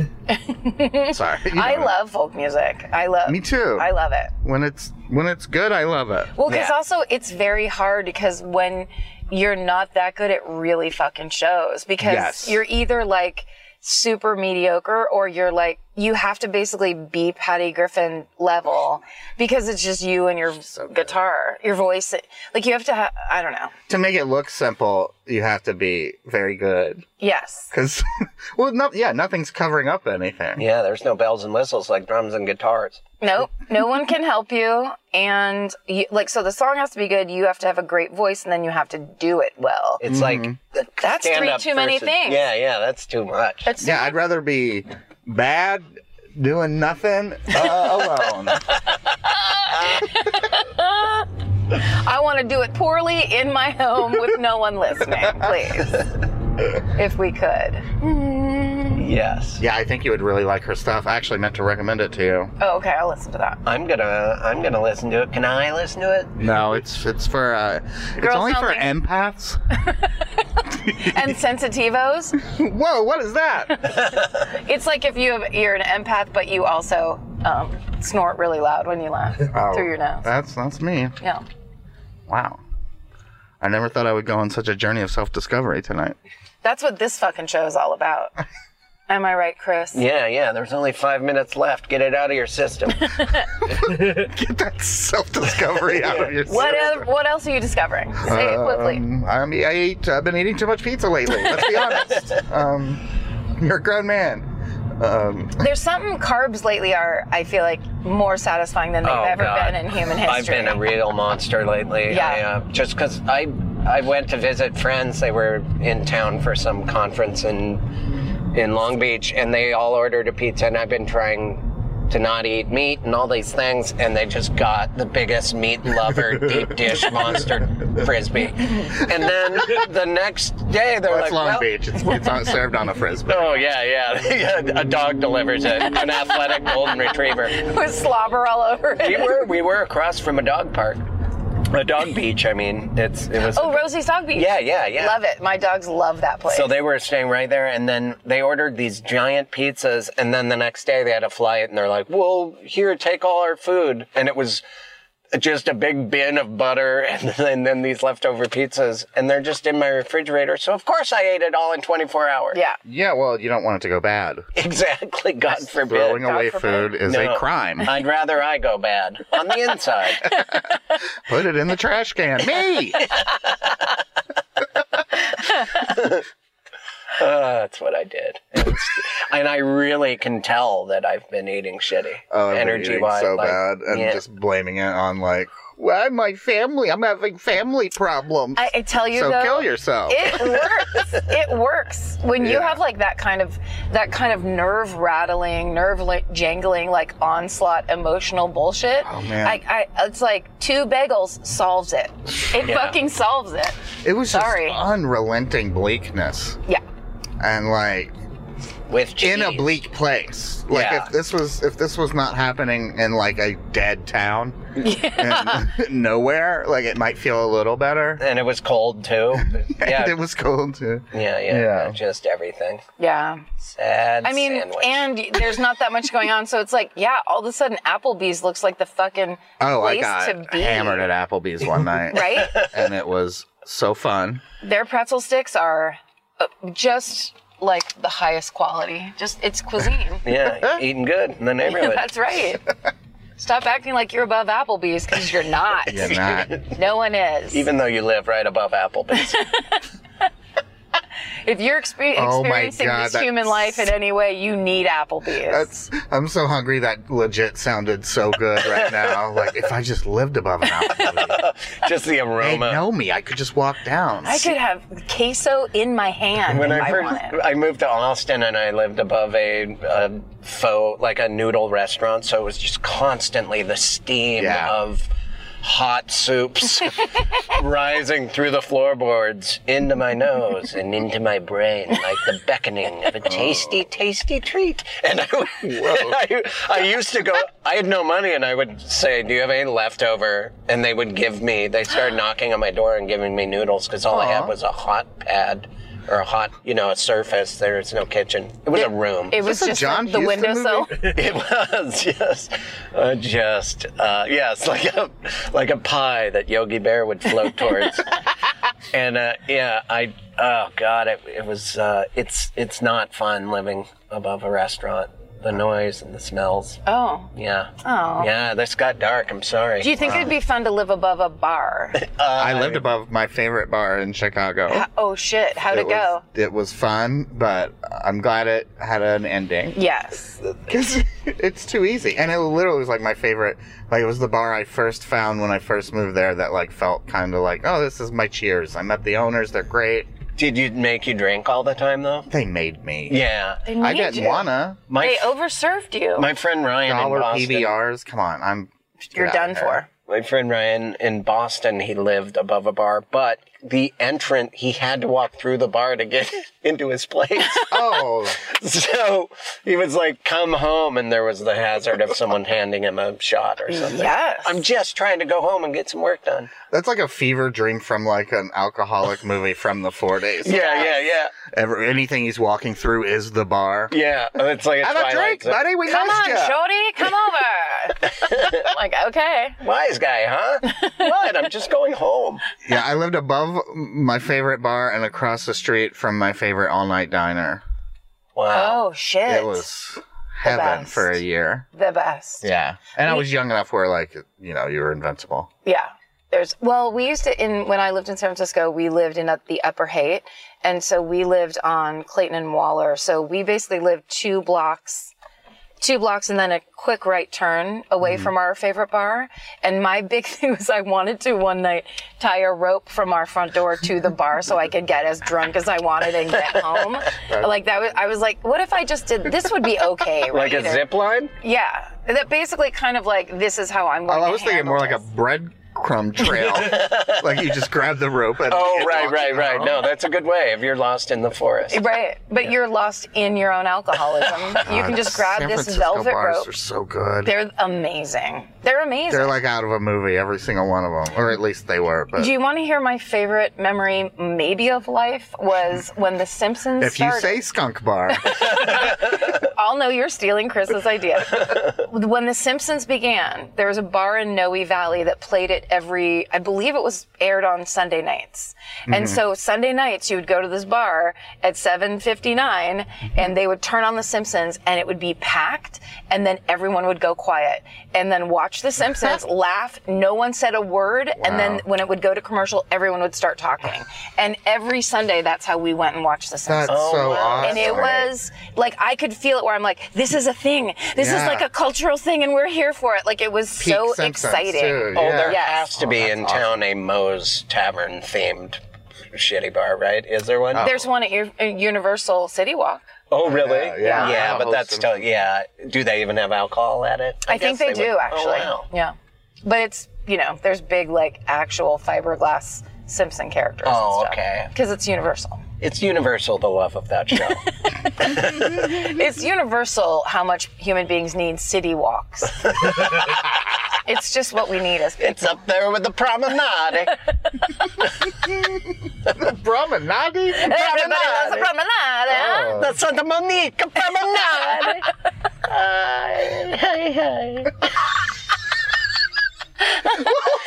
S8: Sorry. You
S4: I
S8: know.
S4: love folk music. I love
S8: Me too.
S4: I love it.
S8: when it's when it's good, I love it.
S4: Well, because
S3: Yeah.
S4: also it's very hard because when you're not that good, it really fucking shows because
S8: Yes.
S4: you're either like super mediocre or you're like, you have to basically be Patty Griffin level because it's just you and your guitar, your voice. Like you have to, ha- I don't know.
S8: To make it look simple, you have to be very good.
S4: Yes.
S8: Because, well, no, yeah, nothing's covering up anything.
S3: Yeah, there's no bells and whistles like drums and guitars.
S4: Nope. No one can help you. And you, like, so the song has to be good. You have to have a great voice and then you have to do it well.
S3: It's like
S4: That's
S3: stand
S4: three
S3: up
S4: too many
S3: versus-
S4: things.
S3: Yeah, yeah, that's too much.
S4: It's
S8: Yeah, I'd rather be bad doing nothing uh, alone.
S4: I want to do it poorly in my home with no one listening, please. if we could.
S3: Yes.
S8: Yeah, I think you would really like her stuff. I actually meant to recommend it to you.
S4: Oh, okay. I'll listen to that.
S3: I'm gonna I'm gonna listen to it. Can I listen to it?
S8: No, it's it's for uh, it's
S4: Girls
S8: only for
S4: helping.
S8: empaths.
S4: And sensitivos.
S8: Whoa, what is that?
S4: It's like if you have, you're an empath, but you also um, snort really loud when you laugh
S8: Oh.
S4: through your nose.
S8: That's that's me.
S4: Yeah.
S8: Wow, I never thought I would go on such a journey of self-discovery tonight.
S4: That's what this fucking show is all about. Am I right, Chris?
S3: Yeah, yeah. There's only five minutes left. Get it out of your system.
S8: Get that self-discovery out of your
S4: What,
S8: system.
S4: el- what else are you discovering? Say it quickly.
S8: Um, I mean, I ate, I've been eating too much pizza lately. Let's be honest. Um, you're a grown man. Um,
S4: There's something carbs lately are, I feel like, more satisfying than they've
S3: Oh,
S4: ever
S3: God.
S4: been in human
S3: I've
S4: history.
S3: been a real monster lately.
S4: Yeah.
S3: I, uh, just because I I went to visit friends. They were in town for some conference in in Long Beach, and they all ordered a pizza. And I've been trying to not eat meat and all these things, and they just got the biggest meat lover deep dish monster frisbee. And then the next day, they're
S8: that's
S3: like,
S8: Long
S3: well,
S8: Beach. It's, it's not served on a frisbee.
S3: Oh yeah, yeah. a dog delivers it. An athletic golden retriever
S4: With slobber all over
S3: we
S4: it.
S3: were we were across from a dog park, a dog beach. I mean, it's it was.
S4: Oh, Rosie's Dog Beach.
S3: yeah, yeah, yeah.
S4: Love it. My dogs love that place.
S3: So they were staying right there, and then they ordered these giant pizzas, and then the next day they had a flight, and they're like, "Well, here, take all our food," and it was just a big bin of butter, and then, and then these leftover pizzas, and they're just in my refrigerator. So of course I ate it all in 24 hours.
S4: yeah.
S8: Yeah, well, you don't want it to go bad.
S3: exactly. God forbid.
S8: Throwing away
S4: forbid.
S8: food is
S3: No.
S8: a crime.
S3: I'd rather I go bad on the inside.
S8: Put it in the trash can. Me!
S3: Uh, that's what I did. And, it's- and I really can tell that I've been eating shitty.
S8: Oh,
S3: energy
S8: energy
S3: wise.
S8: so
S3: like,
S8: bad and
S3: yeah.
S8: just blaming it on, like, well, my family. I'm having family problems.
S4: I, I tell you
S8: so
S4: though,
S8: kill yourself.
S4: it works. it works when you
S8: Oh. Yeah.
S4: have like that kind of that kind of nerve rattling, nerve li- jangling, like onslaught, emotional bullshit.
S8: Oh, man.
S4: I, I, it's like two bagels solves it. It
S3: Yeah.
S4: fucking solves it.
S8: it was just
S4: sorry.
S8: unrelenting bleakness.
S4: Yeah.
S8: And, like,
S3: with cheese.
S8: in a bleak place. Like
S3: Yeah.
S8: if this was if this was not happening in like a dead town, in nowhere, like it might feel a little better.
S3: And it was cold too.
S8: And
S3: Yeah,
S8: it was cold too.
S3: yeah, yeah,
S8: Yeah.
S3: Just everything.
S4: Yeah.
S3: Sad.
S4: I mean,
S3: sandwich.
S4: and there's not that much going on, so it's like, yeah, all of a sudden Applebee's looks like the fucking
S8: Oh,
S4: place
S8: I
S4: to
S8: got
S4: be.
S8: hammered at Applebee's one night,
S4: Right?
S8: and it was so fun.
S4: Their pretzel sticks are uh, just like the highest quality. Just it's cuisine.
S3: yeah, eating good in the neighborhood.
S4: That's right. Stop acting like you're above Applebee's because you're not.
S8: Yeah, not
S4: No one is.
S3: Even though you live right above Applebee's.
S4: if you're expe-
S8: Oh my
S4: experiencing
S8: God,
S4: this human
S8: that's-
S4: life in any way, you need Applebee's.
S8: that's. I'm so hungry. That legit sounded so good right now. Like if I just lived above an Applebee's,
S3: just the
S8: they
S3: aroma.
S8: know me. I could just walk down.
S4: I could have queso in my hand
S3: When
S4: if
S3: I
S4: I,
S3: first
S4: wanted.
S3: I moved to Austin and I lived above a, a faux like a noodle restaurant, so it was just constantly the steam
S8: Yeah.
S3: of hot soups rising through the floorboards into my nose and into my brain like the beckoning of a tasty tasty treat and I, would, I, I used to go i had no money and i would say do you have any leftover and they would give me they started knocking on my door and giving me noodles because all i had was a hot pad or a hot you know a surface there was no kitchen it was a room
S4: It was
S8: this a
S4: just
S8: John
S4: like the
S8: Huston
S4: windowsill.
S3: it was yes, uh, just uh, yes, like a like a pie that Yogi Bear would float towards. and uh, yeah, I oh god, it, it was uh, it's it's not fun living above a restaurant. The noise and the smells.
S4: Oh.
S3: Yeah.
S4: Oh.
S3: Yeah, this got dark. I'm sorry.
S4: Do you think it'd be fun to live above a bar?
S8: I lived above my favorite bar in Chicago.
S4: oh shit, how'd it,
S8: it
S4: go?
S8: was, It was fun, but I'm glad it had an ending
S4: Yes.
S8: because it's too easy. And it literally was like my favorite. Like it was the bar I first found when I first moved there. That like felt kind of like, oh, this is my Cheers. I met the owners. They're great.
S3: Did you make you drink all the time though?
S8: They made me.
S3: Yeah.
S4: They
S8: I
S4: need
S8: didn't
S4: you.
S8: wanna
S3: My
S4: They overserved you.
S3: my friend Ryan in
S8: dollar
S3: Boston.
S8: PBRs. Come on, I'm.
S4: You're
S8: get out
S4: done
S8: of here.
S4: for.
S3: My friend Ryan in Boston, he lived above a bar, but the entrant, he had to walk through the bar to get into his place.
S8: Oh,
S3: so he was like, come home. And there was the hazard of someone handing him a shot or something.
S4: Yes.
S3: I'm just trying to go home and get some work done.
S8: that's like a fever dream from like an alcoholic movie from the 40s.
S3: Yeah, yeah, yeah.
S8: Ever, anything he's walking through is the bar.
S3: Yeah. It's like a
S8: Have a
S3: Twilight
S8: drink,
S3: Zone.
S8: buddy. We
S4: Come
S8: missed
S4: on,
S8: ya.
S4: Shorty, come over. like, okay.
S3: Wise guy, huh? what? I'm just going home.
S8: Yeah, I lived above my favorite bar and across the street from my favorite all night diner.
S3: Wow.
S4: Oh, shit.
S8: It was heaven
S4: best.
S8: for a year.
S4: the best.
S8: Yeah. And I was young enough where, like, you know, you were invincible.
S4: Yeah. There's well, we used to in when I lived in San Francisco, we lived in up the Upper Haight, and so we lived on Clayton and Waller. So we basically lived two blocks, two blocks, and then a quick right turn away
S8: Mm-hmm.
S4: from our favorite bar. And my big thing was I wanted to one night tie a rope from our front door to the bar so I could get as drunk as I wanted and get home. Like that was I was like, what if I just did this? Would be okay,
S3: Like
S4: right?
S3: a zip line?
S4: Yeah, that basically kind of like this is how I'm going.
S8: Oh, I
S4: to
S8: was thinking more like
S4: handle
S8: a breadcrumb trail. like, you just grab the rope and.
S3: Oh,
S8: and
S3: right,
S8: walk
S3: right, right.
S8: around.
S3: No, that's a good way if you're lost in the forest.
S4: Right, but you're lost in your own alcoholism. you can just grab
S8: San
S4: this
S8: Francisco
S4: velvet
S8: bars
S4: rope.
S8: are so good. They're,
S4: They're amazing. They're amazing.
S8: like out of a movie, every single one of them. Or at least they were. But
S4: Do you want to hear my favorite memory, maybe of life, was when The Simpsons
S8: if you
S4: started?
S8: say skunk bar,
S4: I'll know you're stealing Chris's idea. when The Simpsons began, there was a bar in Noe Valley that played it every, I believe it was aired on Sunday nights. And so Sunday nights, you would go to this bar at 7.59 and they would turn on The Simpsons and it would be packed and then everyone would go quiet and then watch The Simpsons, laugh. No one said a word. And then when it would go to commercial, everyone would start talking. And every Sunday, that's how we went and watched The Simpsons
S8: that's so awesome.
S4: and it was like I could feel it where I'm like, this is a thing. This
S8: Yeah.
S4: is like a cultural thing, and we're here for it. Like it was
S8: Peak
S4: so
S8: Simpsons,
S4: exciting.
S8: too,
S3: Oh,
S8: yeah.
S3: there
S4: Yes.
S3: has to be in town a Moe's Tavern themed shitty bar, right? Is there one?
S4: There's one at U- at Universal City Walk.
S3: oh, really?
S8: Yeah, yeah. Yeah,
S3: but that's still,
S8: wholesome.
S3: yeah. Do they even have alcohol at it?
S4: I, think
S3: guess
S4: they, do
S3: would-
S4: actually.
S3: Oh, wow.
S4: Yeah, but it's you know there's big like actual fiberglass Simpson characters.
S3: Oh,
S4: and stuff.
S3: okay.
S4: Because it's Universal.
S3: It's universal, the love of that show.
S4: It's Universal how much human beings need city walks. it's just what we need as people.
S3: it's up there with the promenade.
S8: Promenade?
S4: Everybody loves a promenade. huh?
S3: the Santa Monica promenade.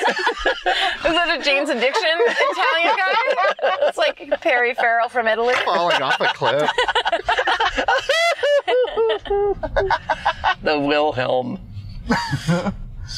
S4: Is that a Jane's Addiction Italian guy? It's like Perry Farrell from Italy.
S8: Falling off a cliff.
S3: the Wilhelm.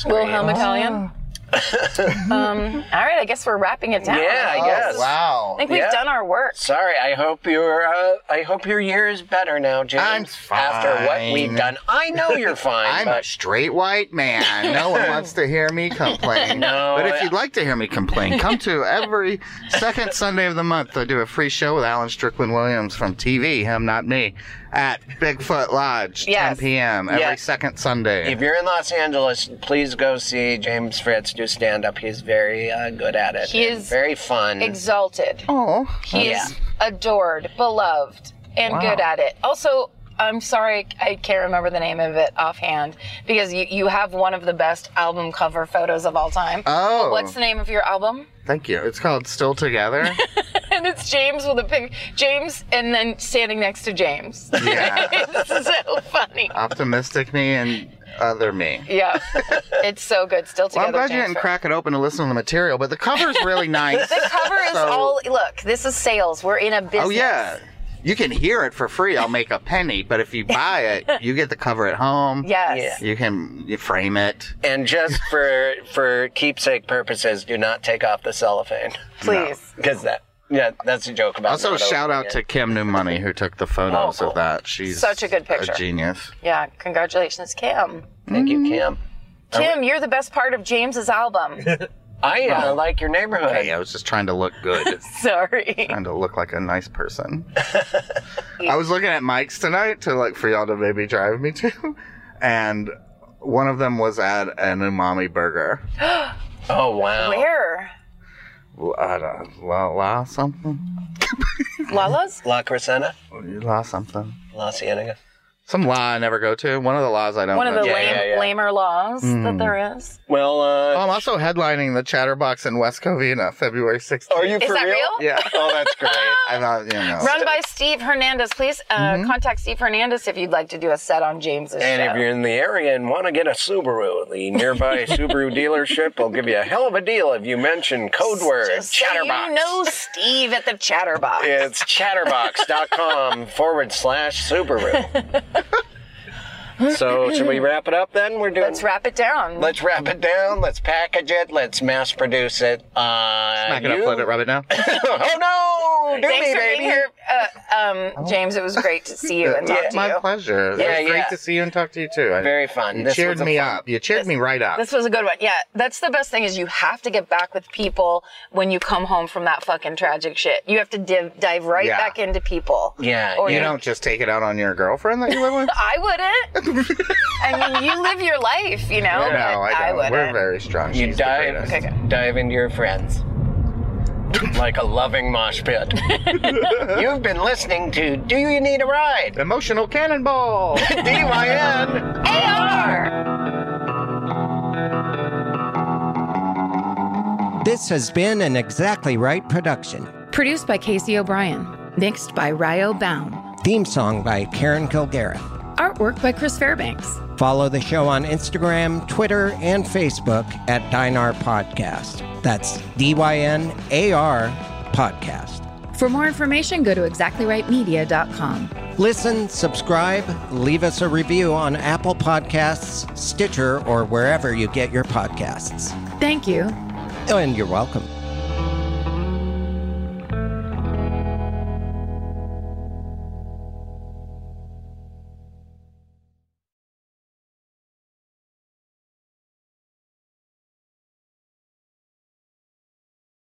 S4: Wilhelm Italian. um, all right, I guess we're wrapping it down.
S3: Yeah, I guess.
S8: Oh, Wow.
S4: I think we've
S3: Yeah.
S4: done our work.
S3: Sorry, I hope your uh, I hope your year is better now, James.
S8: I'm fine.
S3: After what we've done, I know you're fine.
S8: I'm a
S3: but
S8: straight white man. No one wants to hear me complain.
S3: No,
S8: But if
S3: I-
S8: you'd like to hear me complain, come to every second Sunday of the month. I do a free show with Alan Strickland Williams from TV, him, not me, at Bigfoot Lodge,
S4: Yes.
S8: 10 p.m. every
S3: Yeah.
S8: second Sunday.
S3: if you're in Los Angeles, please go see James Fritz do stand up. He's very uh, good at it.
S4: He
S3: and
S4: is
S3: very fun.
S4: Exalted.
S8: oh,
S4: He is adored, beloved, and good at it. Also, I'm sorry, I can't remember the name of it offhand because you, you have one of the best album cover photos of all time.
S8: Oh.
S4: What's the name of your album?
S8: thank you. It's called Still Together.
S4: And it's James with a pic. James, and then standing next to James.
S8: Yeah.
S4: it's so funny.
S8: Optimistic me and other me.
S4: Yeah, it's so good. Still together.
S8: Well, I'm glad
S4: James
S8: you didn't
S4: Fritz.
S8: crack it open to listen to the material, but the cover's really nice.
S4: The cover is
S8: So-
S4: all. Look, this is sales. We're in a business.
S8: Oh yeah. You can hear it for free. I'll make a penny, but if you buy it, you get the cover at home.
S4: Yes.
S8: You can you frame it.
S3: and just for for keepsake purposes, do not take off the cellophane
S4: Please.
S3: because that yeah that's a joke about.
S8: Also,
S3: not
S8: shout
S3: opening
S8: out
S3: it.
S8: to Kim Newmoney who took the photos
S3: Oh, cool.
S8: of that. She's
S4: Such a good picture.
S8: A genius.
S4: Yeah. Congratulations, Kim.
S3: thank you, Kim.
S8: Mm-hmm.
S4: Kim, you're the best part of James's album.
S3: I uh, like your neighborhood.
S8: Hey, I was just trying to look good,
S4: Sorry.
S8: trying to look like a nice person. I was looking at Mike's tonight to like for y'all to maybe drive me to, and One of them was at an umami burger.
S3: Oh wow.
S4: Where?
S8: I don't uh, la, la something?
S4: Lala's?
S3: La Crescenta,
S8: La something.
S3: La Cienega.
S8: Some law I never go to. One of the laws I don't
S4: One of
S8: go
S4: the
S8: to.
S3: Yeah,
S4: lame,
S3: yeah, yeah.
S4: lamer laws that
S8: Mm.
S4: there is.
S3: Well,
S8: Oh,
S3: uh,
S8: I'm also headlining the Chatterbox in West Covina February 16th.
S3: are you
S4: Is
S3: for
S4: that real?
S8: Yeah.
S3: Oh, that's great.
S8: I thought, you know.
S4: Run by Steve Hernandez. Please uh,
S8: Mm-hmm.
S4: contact Steve Hernandez if you'd like to do a set on James's
S3: And
S4: show.
S3: if you're in the area and want to get a Subaru, the nearby Subaru dealership will give you a hell of a deal if you mention code word
S4: Just so
S3: Chatterbox.
S4: you know Steve at the Chatterbox.
S3: It's chatterbox.com forward slash Subaru. so, should we wrap it up then? We're doing.
S4: Let's wrap it down.
S3: Let's wrap it down. Let's package it. Let's mass produce it. Uh,
S8: Smack it up,
S3: you-
S8: let it rub it down.
S3: oh no! Do
S4: Thanks
S3: me,
S4: for
S3: baby.
S4: being here, uh, um, James. It was great to see you and talk
S3: Yeah.
S4: to
S8: Oh. My
S4: you.
S8: pleasure.
S3: Yeah,
S8: it was great
S3: yeah.
S8: to see you and talk to you too. I-
S3: Very fun.
S8: You
S3: This
S8: cheered
S3: was a
S8: me
S3: fun-
S8: up. You cheered me right up.
S4: This was a good one. Yeah, that's the best thing is you have to get back with people when you come home from that fucking tragic shit. You have to div- dive right
S8: Yeah.
S4: back into people.
S3: Yeah, yeah.
S4: Or
S8: Oh, you don't just take it out on your girlfriend that you live with?
S4: I wouldn't. I mean, you live your life, you know. but
S8: no, I don't.
S4: wouldn't.
S8: We're very strong.
S3: You
S8: She's the
S3: dive,
S8: greatest.
S4: Okay,
S3: dive into your friends like a loving mosh pit. You've been listening to Do You Need a Ride?
S8: Emotional cannonball.
S3: DYN.
S4: AR.
S9: This has been an Exactly Right production.
S10: Produced by Casey O'Brien. Mixed by Ryo Baum.
S9: Theme song by Karen Kilgareth.
S10: Artwork by Chris Fairbanks.
S9: Follow the show on Instagram, Twitter, and Facebook at Dynar Podcast. That's D Y N A R Podcast.
S10: For more information, go to exactlyrightmedia.com.
S9: Listen, subscribe, leave us a review on Apple Podcasts, Stitcher, or wherever you get your podcasts.
S10: Thank you.
S9: And you're welcome.